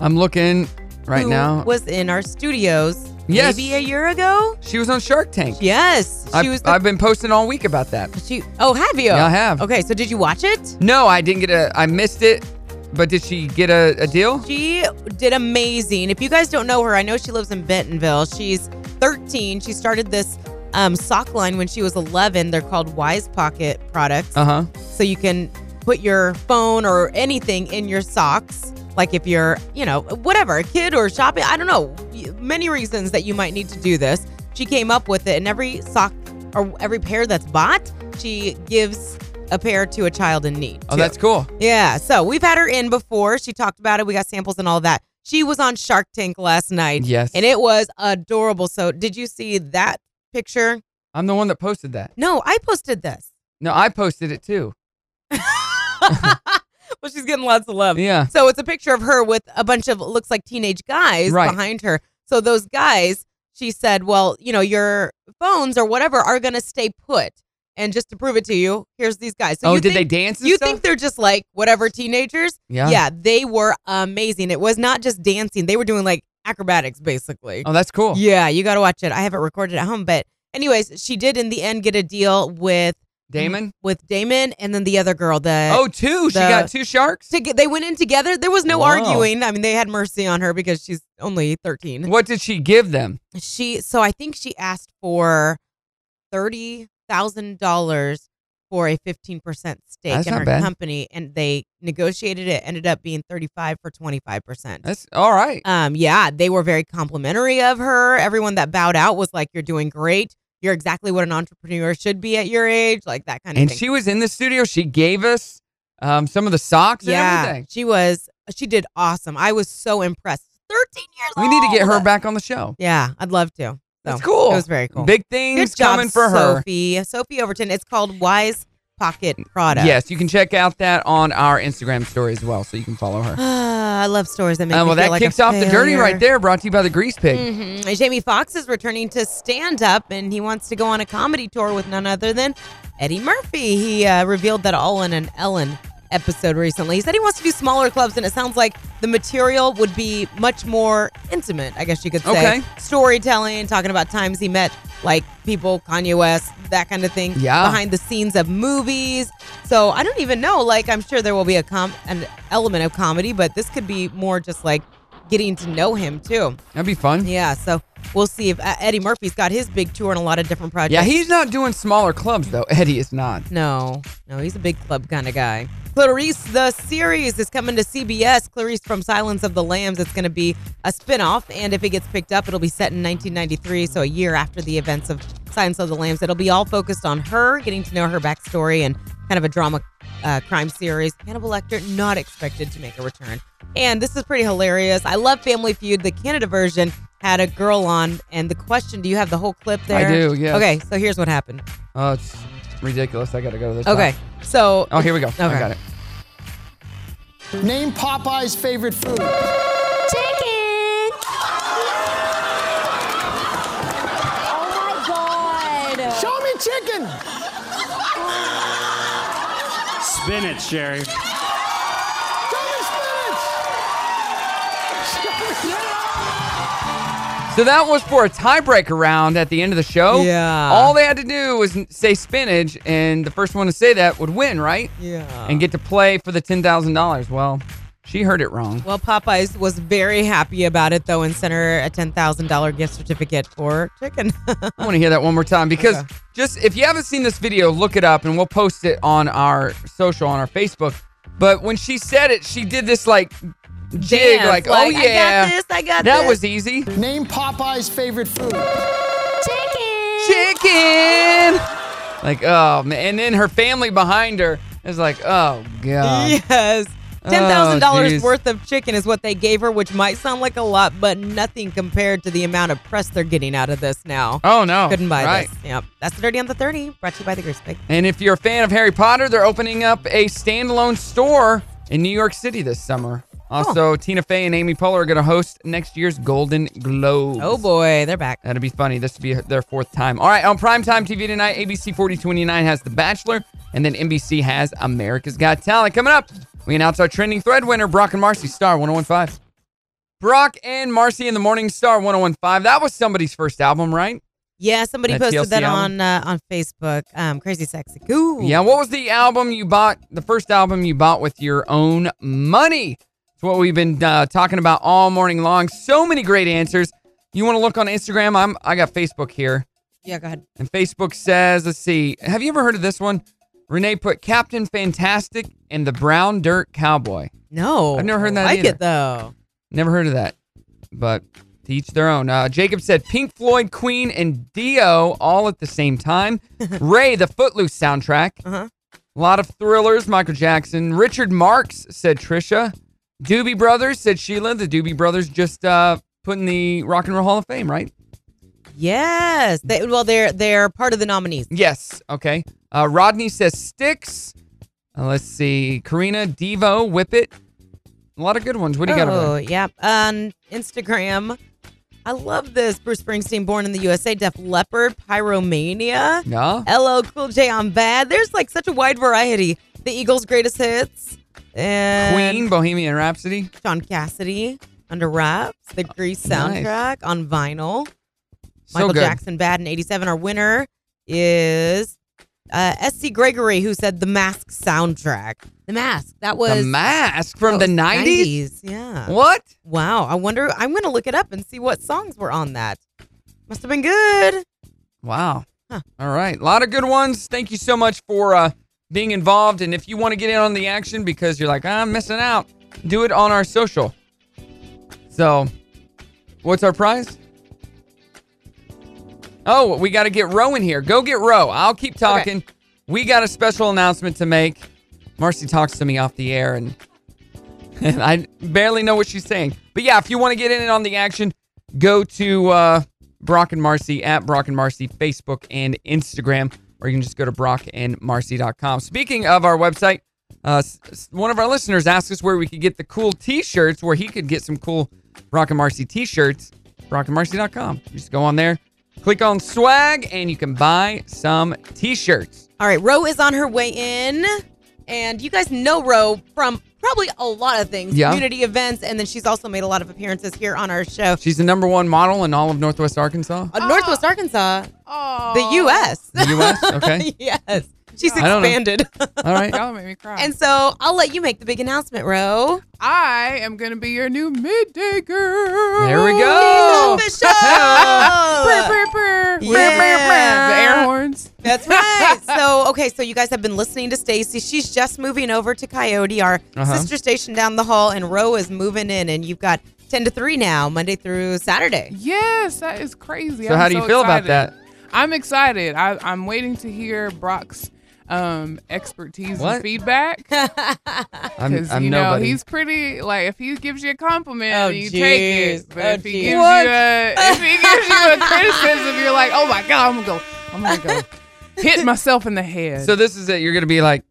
G: I'm looking right
H: who
G: now.
H: was in our studios
G: Yes.
H: maybe a year ago.
G: She was on Shark Tank.
H: Yes, she
G: I've,
H: was. The,
G: I've been posting all week about that.
H: she. Oh, have you?
G: Yeah, I have.
H: Okay, so did you watch it?
G: No, I didn't get a. I missed it. But did she get a, a deal?
H: She did amazing. If you guys don't know her, I know she lives in Bentonville. She's 13. She started this um, sock line when she was 11. They're called Wise Pocket products.
G: Uh huh.
H: So you can put your phone or anything in your socks. Like if you're, you know, whatever, a kid or shopping, I don't know, y- many reasons that you might need to do this. She came up with it, and every sock or every pair that's bought, she gives a pair to a child in need.
G: Oh,
H: too.
G: that's cool.
H: Yeah, so we've had her in before. She talked about it. We got samples and all that. She was on Shark Tank last night,
G: Yes.
H: and it was adorable. So, did you see that picture?
G: I'm the one that posted that.
H: No, I
G: (laughs)
H: posted this.
G: No, I posted it too.
H: well, she's getting lots of love.
G: Yeah.
H: So it's a picture of her with a bunch of looks like teenage guys
G: Right.
H: behind her. So those guys, she said, well, you know, your phones or whatever are going to stay put. And just to prove it to you, here's these guys. So
G: oh,
H: you
G: did
H: think,
G: they dance and
H: You
G: stuff?
H: think they're just like whatever teenagers?
G: yeah.
H: they were amazing. It was not just dancing; they were doing like acrobatics, basically.
G: Oh, that's cool.
H: Yeah, you got to watch it. I have it recorded at home, but anyways, she did in the end get a deal with
G: Damon?
H: with Damon, and then the other girl. The
G: Oh, two. She
H: the-
G: got two sharks?
H: to get, they went in together. There was no
G: Wow.
H: arguing. I mean, they had mercy on her because she's only thirteen.
G: What did she give them?
H: She so I think she asked for thirty thousand dollars for a fifteen percent stake
G: That's
H: in
G: not
H: her
G: bad.
H: company, and they negotiated it. Ended up being thirty five for twenty five percent.
G: That's all right.
H: Um, yeah, they were very complimentary of her. Everyone that bowed out was like, "You're doing great. You're exactly what an entrepreneur should be at your age." Like that kind of
G: and
H: thing.
G: she was in the studio. She gave us um, some of the socks and
H: yeah,
G: everything.
H: she was. She did awesome. I was so impressed. Thirteen years.
G: We need to get her
H: old!
G: back on the show.
H: Yeah, I'd love to. So,
G: That's cool.
H: It was very cool.
G: Big
H: Good
G: things
H: job,
G: coming for her.
H: Sophie. Sophie Overton. It's called Wise Pocket Product. (sighs)
G: Yes, you can check out that on our Instagram story as well, so you can follow her.
H: I love stories that make
G: Uh,
H: me
G: well,
H: feel
G: that
H: like a
G: kicks off the dirty
H: failure.
G: right there, brought to you by the Grease Pig.
H: Mhm. And Jamie Foxx is returning to stand up and he wants to go on a comedy tour with none other than Eddie Murphy. He uh, revealed that all in an Ellen episode recently. He said he wants to do smaller clubs and it sounds like the material would be much more intimate, I guess you could say.
G: Okay.
H: Storytelling, talking about times he met like people, Kanye West, that kind of thing.
G: Yeah.
H: Behind the scenes of movies. So I don't even know. Like I'm sure there will be a com an element of comedy, but this could be more just like getting to know him too.
G: That'd be fun. Yeah.
H: Yeah. So we'll see if uh, Eddie Murphy's got his big tour and a lot of different projects.
G: he's not doing smaller clubs though. Eddie is not.
H: No, no, he's a big club kind of guy. Clarice, the series is coming to CBS. Clarice from Silence of the Lambs. It's going to be a spinoff, and if it gets picked up, it'll be set in 1993, so a year after the events of Silence of the Lambs. It'll be all focused on her, getting to know her backstory, and kind of a drama uh, crime series. Hannibal Lecter not expected to make a return, and this is pretty hilarious. I love Family Feud. The Canada version had a girl on, and the question: Do you have the whole clip there?
G: do, yes.
H: Okay, so here's what happened.
G: Oh, it's ridiculous. I gotta go to this.
H: Okay,
G: side.
H: so
G: Oh, here we go. I
H: Okay.
G: got it.
B: uh,
K: Name Popeye's favorite food.
L: Chicken! Oh my god!
K: Show me chicken.
M: Spinach, Sherry.
K: Show me spinach. Show me-
G: So that was for a tiebreaker round at the end of the show.
H: Yeah.
G: All they had to do was n- say spinach, and the first one to say that would win, right?
H: Yeah.
G: And get to play for the ten thousand dollars. Well, she heard it wrong.
H: Well, Popeyes was very happy about it though and sent her a ten thousand dollar gift certificate for
G: (laughs)
H: chicken.
G: I want to hear that one more time because just if you haven't seen this video, look it up and we'll post it on our social, on our Facebook. But when she said it, she did this like
H: (laughs)
G: jig,
H: Dance,
G: like, oh
H: like, I got
G: yeah.
H: this, I got
G: That
H: this.
G: was easy.
K: Name Popeye's favorite food.
G: Chicken! Like, oh man. And then her family behind her is like, oh God.
H: (laughs) yes.
G: Oh,
H: Ten thousand dollars
G: geez.
H: worth of chicken is what they gave her, which might sound like a lot, but nothing compared to the amount of press they're getting out of this now.
G: Oh no.
H: Couldn't buy
G: right.
H: this. Yep. That's the dirty on the thirty. Brought to you by the Grease Pig.
G: And if you're a fan of Harry Potter, they're opening up a standalone store in New York City this summer. Also, Tina Fey and Amy Poehler are going to host next year's Golden Globes.
H: Oh boy, they're back.
G: That'd be funny. This would be their fourth time. All right, on primetime TV tonight, ABC 4029 has The Bachelor, and then NBC has America's Got Talent. Coming up, we announce our trending thread winner, Brock and Marcy, Star 1015. Brock and Marcy in the Morning Star 1015. That was somebody's first album, right?
H: Yeah, somebody
G: That
H: posted
G: TLC
H: that
G: album?
H: on uh, on Facebook. Um, crazy sexy. Ooh.
G: Yeah, what was the album you bought, the first album you bought with your own money? It's what we've been uh, talking about all morning long. So many great answers. You want to look on Instagram? I'm I got Facebook here.
H: Yeah, go ahead.
G: And Facebook says, let's see, have you ever heard of this one? Renee put Captain Fantastic and the Brown Dirt Cowboy.
H: No.
G: I've never heard that
H: I like
G: either.
H: it though.
G: Never heard of that, but to each their own. Uh, Jacob said Pink Floyd, Queen, and Dio all at the same time. Ray, the Footloose soundtrack.
H: Uh-huh.
G: A lot of thrillers, Michael Jackson. Richard Marks said Trisha. Doobie Brothers said Sheila. The Doobie Brothers just uh, put in the Rock and Roll Hall of Fame, right?
H: Yes. They, well, they're they're part of the nominees.
G: Yes. Okay. Uh, Rodney says Sticks. Uh, let's see. Karina, Devo, Whip It. A lot of good ones. What do you got over
H: oh,
G: there?
H: yeah. On Instagram, I love this. Bruce Springsteen, Born in the USA, Def Leppard, Pyromania,
G: No?
H: LL Cool J, I'm Bad. There's like such a wide variety. The Eagles' greatest hits, and
G: Queen, Bohemian Rhapsody.
H: John Cassidy, Under Wraps, the Grease
G: Nice.
H: soundtrack on vinyl.
G: So
H: Michael
G: good.
H: Jackson, Bad in '87. Our winner is uh, S.C. Gregory, who said the Mask soundtrack. The Mask. That was
G: the mask from the
H: Oh,
G: 90s?
H: Yeah.
G: What?
H: Wow. I wonder. I'm gonna look it up and see what songs were on that. Must have been good.
G: Wow.
H: Huh.
G: All right. A lot of good ones. Thank you so much for uh, being involved. And if you want to get in on the action because you're like, I'm missing out, do it on our social. So, what's our prize? Oh, we got to get Rowan here. Go get Row. I'll keep talking. We got a special announcement to make. Marcy talks to me off the air, and, and (laughs) I barely know what she's saying. But yeah, if you want to get in on the action, go to uh, Brock and Marcy at Brock and Marcy Facebook and Instagram, or you can just go to brockandmarcy.com. Speaking of our website, uh, s- s- one of our listeners asked us where we could get the cool T-shirts, where he could get some cool Brock and Marcy T-shirts. BrockandMarcy.com. You Just go on there, click on swag, and you can buy some T-shirts.
H: All right. Ro is on her way in, and you guys know Ro from probably a lot of things,
G: Yeah.
H: community events, and then she's also made a lot of appearances here on our show.
G: She's the number one model in all of Northwest Arkansas.
H: Uh, Northwest Arkansas, the U.S.
G: The U.S.
H: (laughs)
G: Okay.
H: yes, she's
G: I don't know.
H: expanded. (laughs)
G: All right.
A: Y'all make me cry.
H: And so I'll let you make the big announcement, Ro.
A: I am going to be your new midday girl.
G: There we go.
A: Michelle. Brr, (laughs) brr, brr. Brr, brr, brr. The air horns.
H: That's right. so okay, so you guys have been listening to Stacy. She's just moving over to Coyote, our
A: Uh-huh.
H: sister station down the hall, and Ro is moving in, and you've got ten to three now, Monday through Saturday.
A: Yes, that is crazy.
G: So
A: I'm
G: how do you feel about
A: excited.
G: that?
A: I'm excited. I, I'm waiting to hear Brock's um, expertise
G: What?
A: and feedback.
G: I'm,
A: 'Cause,
G: I'm
A: you know,
G: nobody.
A: he's pretty. Like if he gives you a compliment,
H: Oh,
A: you take
H: jeez.
A: it. But
H: Oh,
A: if he
H: jeez.
A: gives
H: What?
A: you a if he gives you a criticism, you're like, oh my god, I'm gonna go, I'm gonna go hit myself in the head.
G: so this is it. You're gonna be like,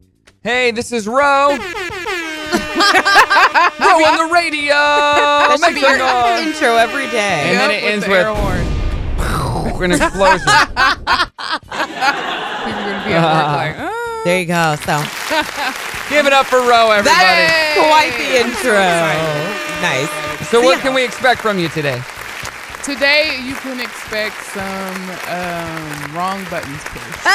G: hey, this is Ro. Ro on the radio.
A: Oh
H: that should be
G: making
H: your
G: noise.
H: intro every day.
G: And then it ends with an explosion. (laughs)
A: "Uh."
H: there you go. So
G: Give it up for Ro, everybody.
H: that is quite the intro. Nice.
G: So what can we expect from you today?
A: Today you can expect some um, wrong buttons pushed.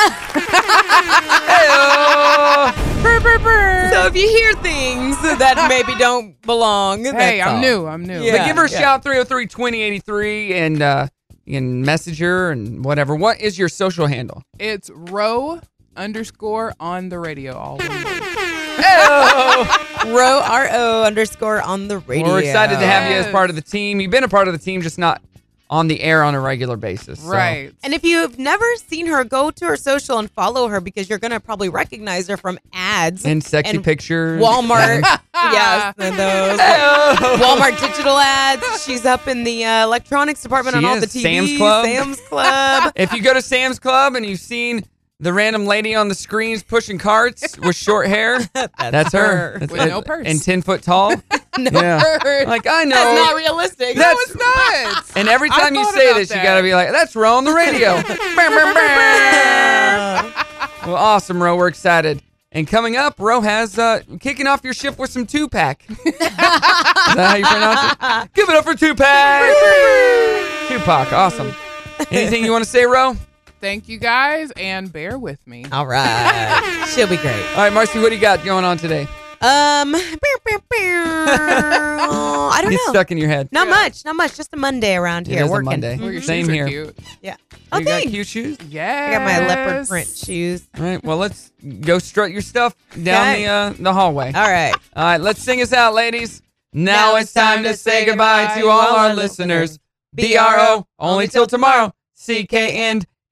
H: Brr, brr, brr. So if you hear things that maybe don't belong,
A: Hey,
H: that's
A: I'm
H: all.
A: new. I'm new.
G: but give her a shout 303 2083 and uh, you can message her and whatever. What is your social handle?
A: It's row underscore on the radio. All one word.
H: Ro R O underscore on the radio.
G: We're excited to have you as part of the team. You've been a part of the team, just not on the air on a regular basis. so-
H: And if you've never seen her, go to her social and follow her because you're gonna probably recognize her from ads
G: And sexy pictures. (laughs)
H: Walmart.
G: And-
H: yes, and those
G: (laughs)
H: Oh. Walmart digital ads. She's up in the uh, electronics department
G: She
H: on all the
G: is.
H: TVs.
G: Sam's Club. (laughs)
H: Sam's Club.
G: if you go to Sam's Club and you've seen the random lady on the screens pushing carts with short hair, (laughs) that's, her.
H: her.
G: That's
H: With
G: it.
H: no purse.
G: And 10 foot (laughs) tall.
H: no
G: Yeah.
H: word.
G: Like, I know.
H: That's not (laughs) realistic.
G: That's-
H: no, it's not.
G: And every
H: I
G: time you
H: thought
G: say
H: about
G: this, you
H: that.
G: got to be like, that's Ro on the
H: (laughs)
G: radio. well, awesome, Ro. We're excited. And coming up, Ro has uh, kicking off your shift with some two
H: (laughs)
G: pack. Is that how you pronounce it? Give it up for two pack. Tupac, awesome. Anything you want to say, Ro?
A: Thank you guys, and bear with me.
H: All right. She'll be great.
G: All right, Marcy, what do you got going on today?
H: Um, pew, pew, pew. I don't
G: It's
H: know.
G: stuck in your head.
H: Not much. Not much. Just a Monday around
G: It
H: here.
G: is a
H: working.
G: Monday. Well, your Same shoes are here. cute.
H: Yeah.
G: You
H: Oh,
G: got
H: thanks.
G: cute shoes?
A: Yeah.
H: I got my leopard print shoes.
G: All right, well, let's go strut your stuff down
H: Okay.
G: the uh, the hallway.
H: All right.
G: All right, let's sing us out, ladies. Now, it's time to say goodbye to all our listeners. B R O, only till tomorrow. C K and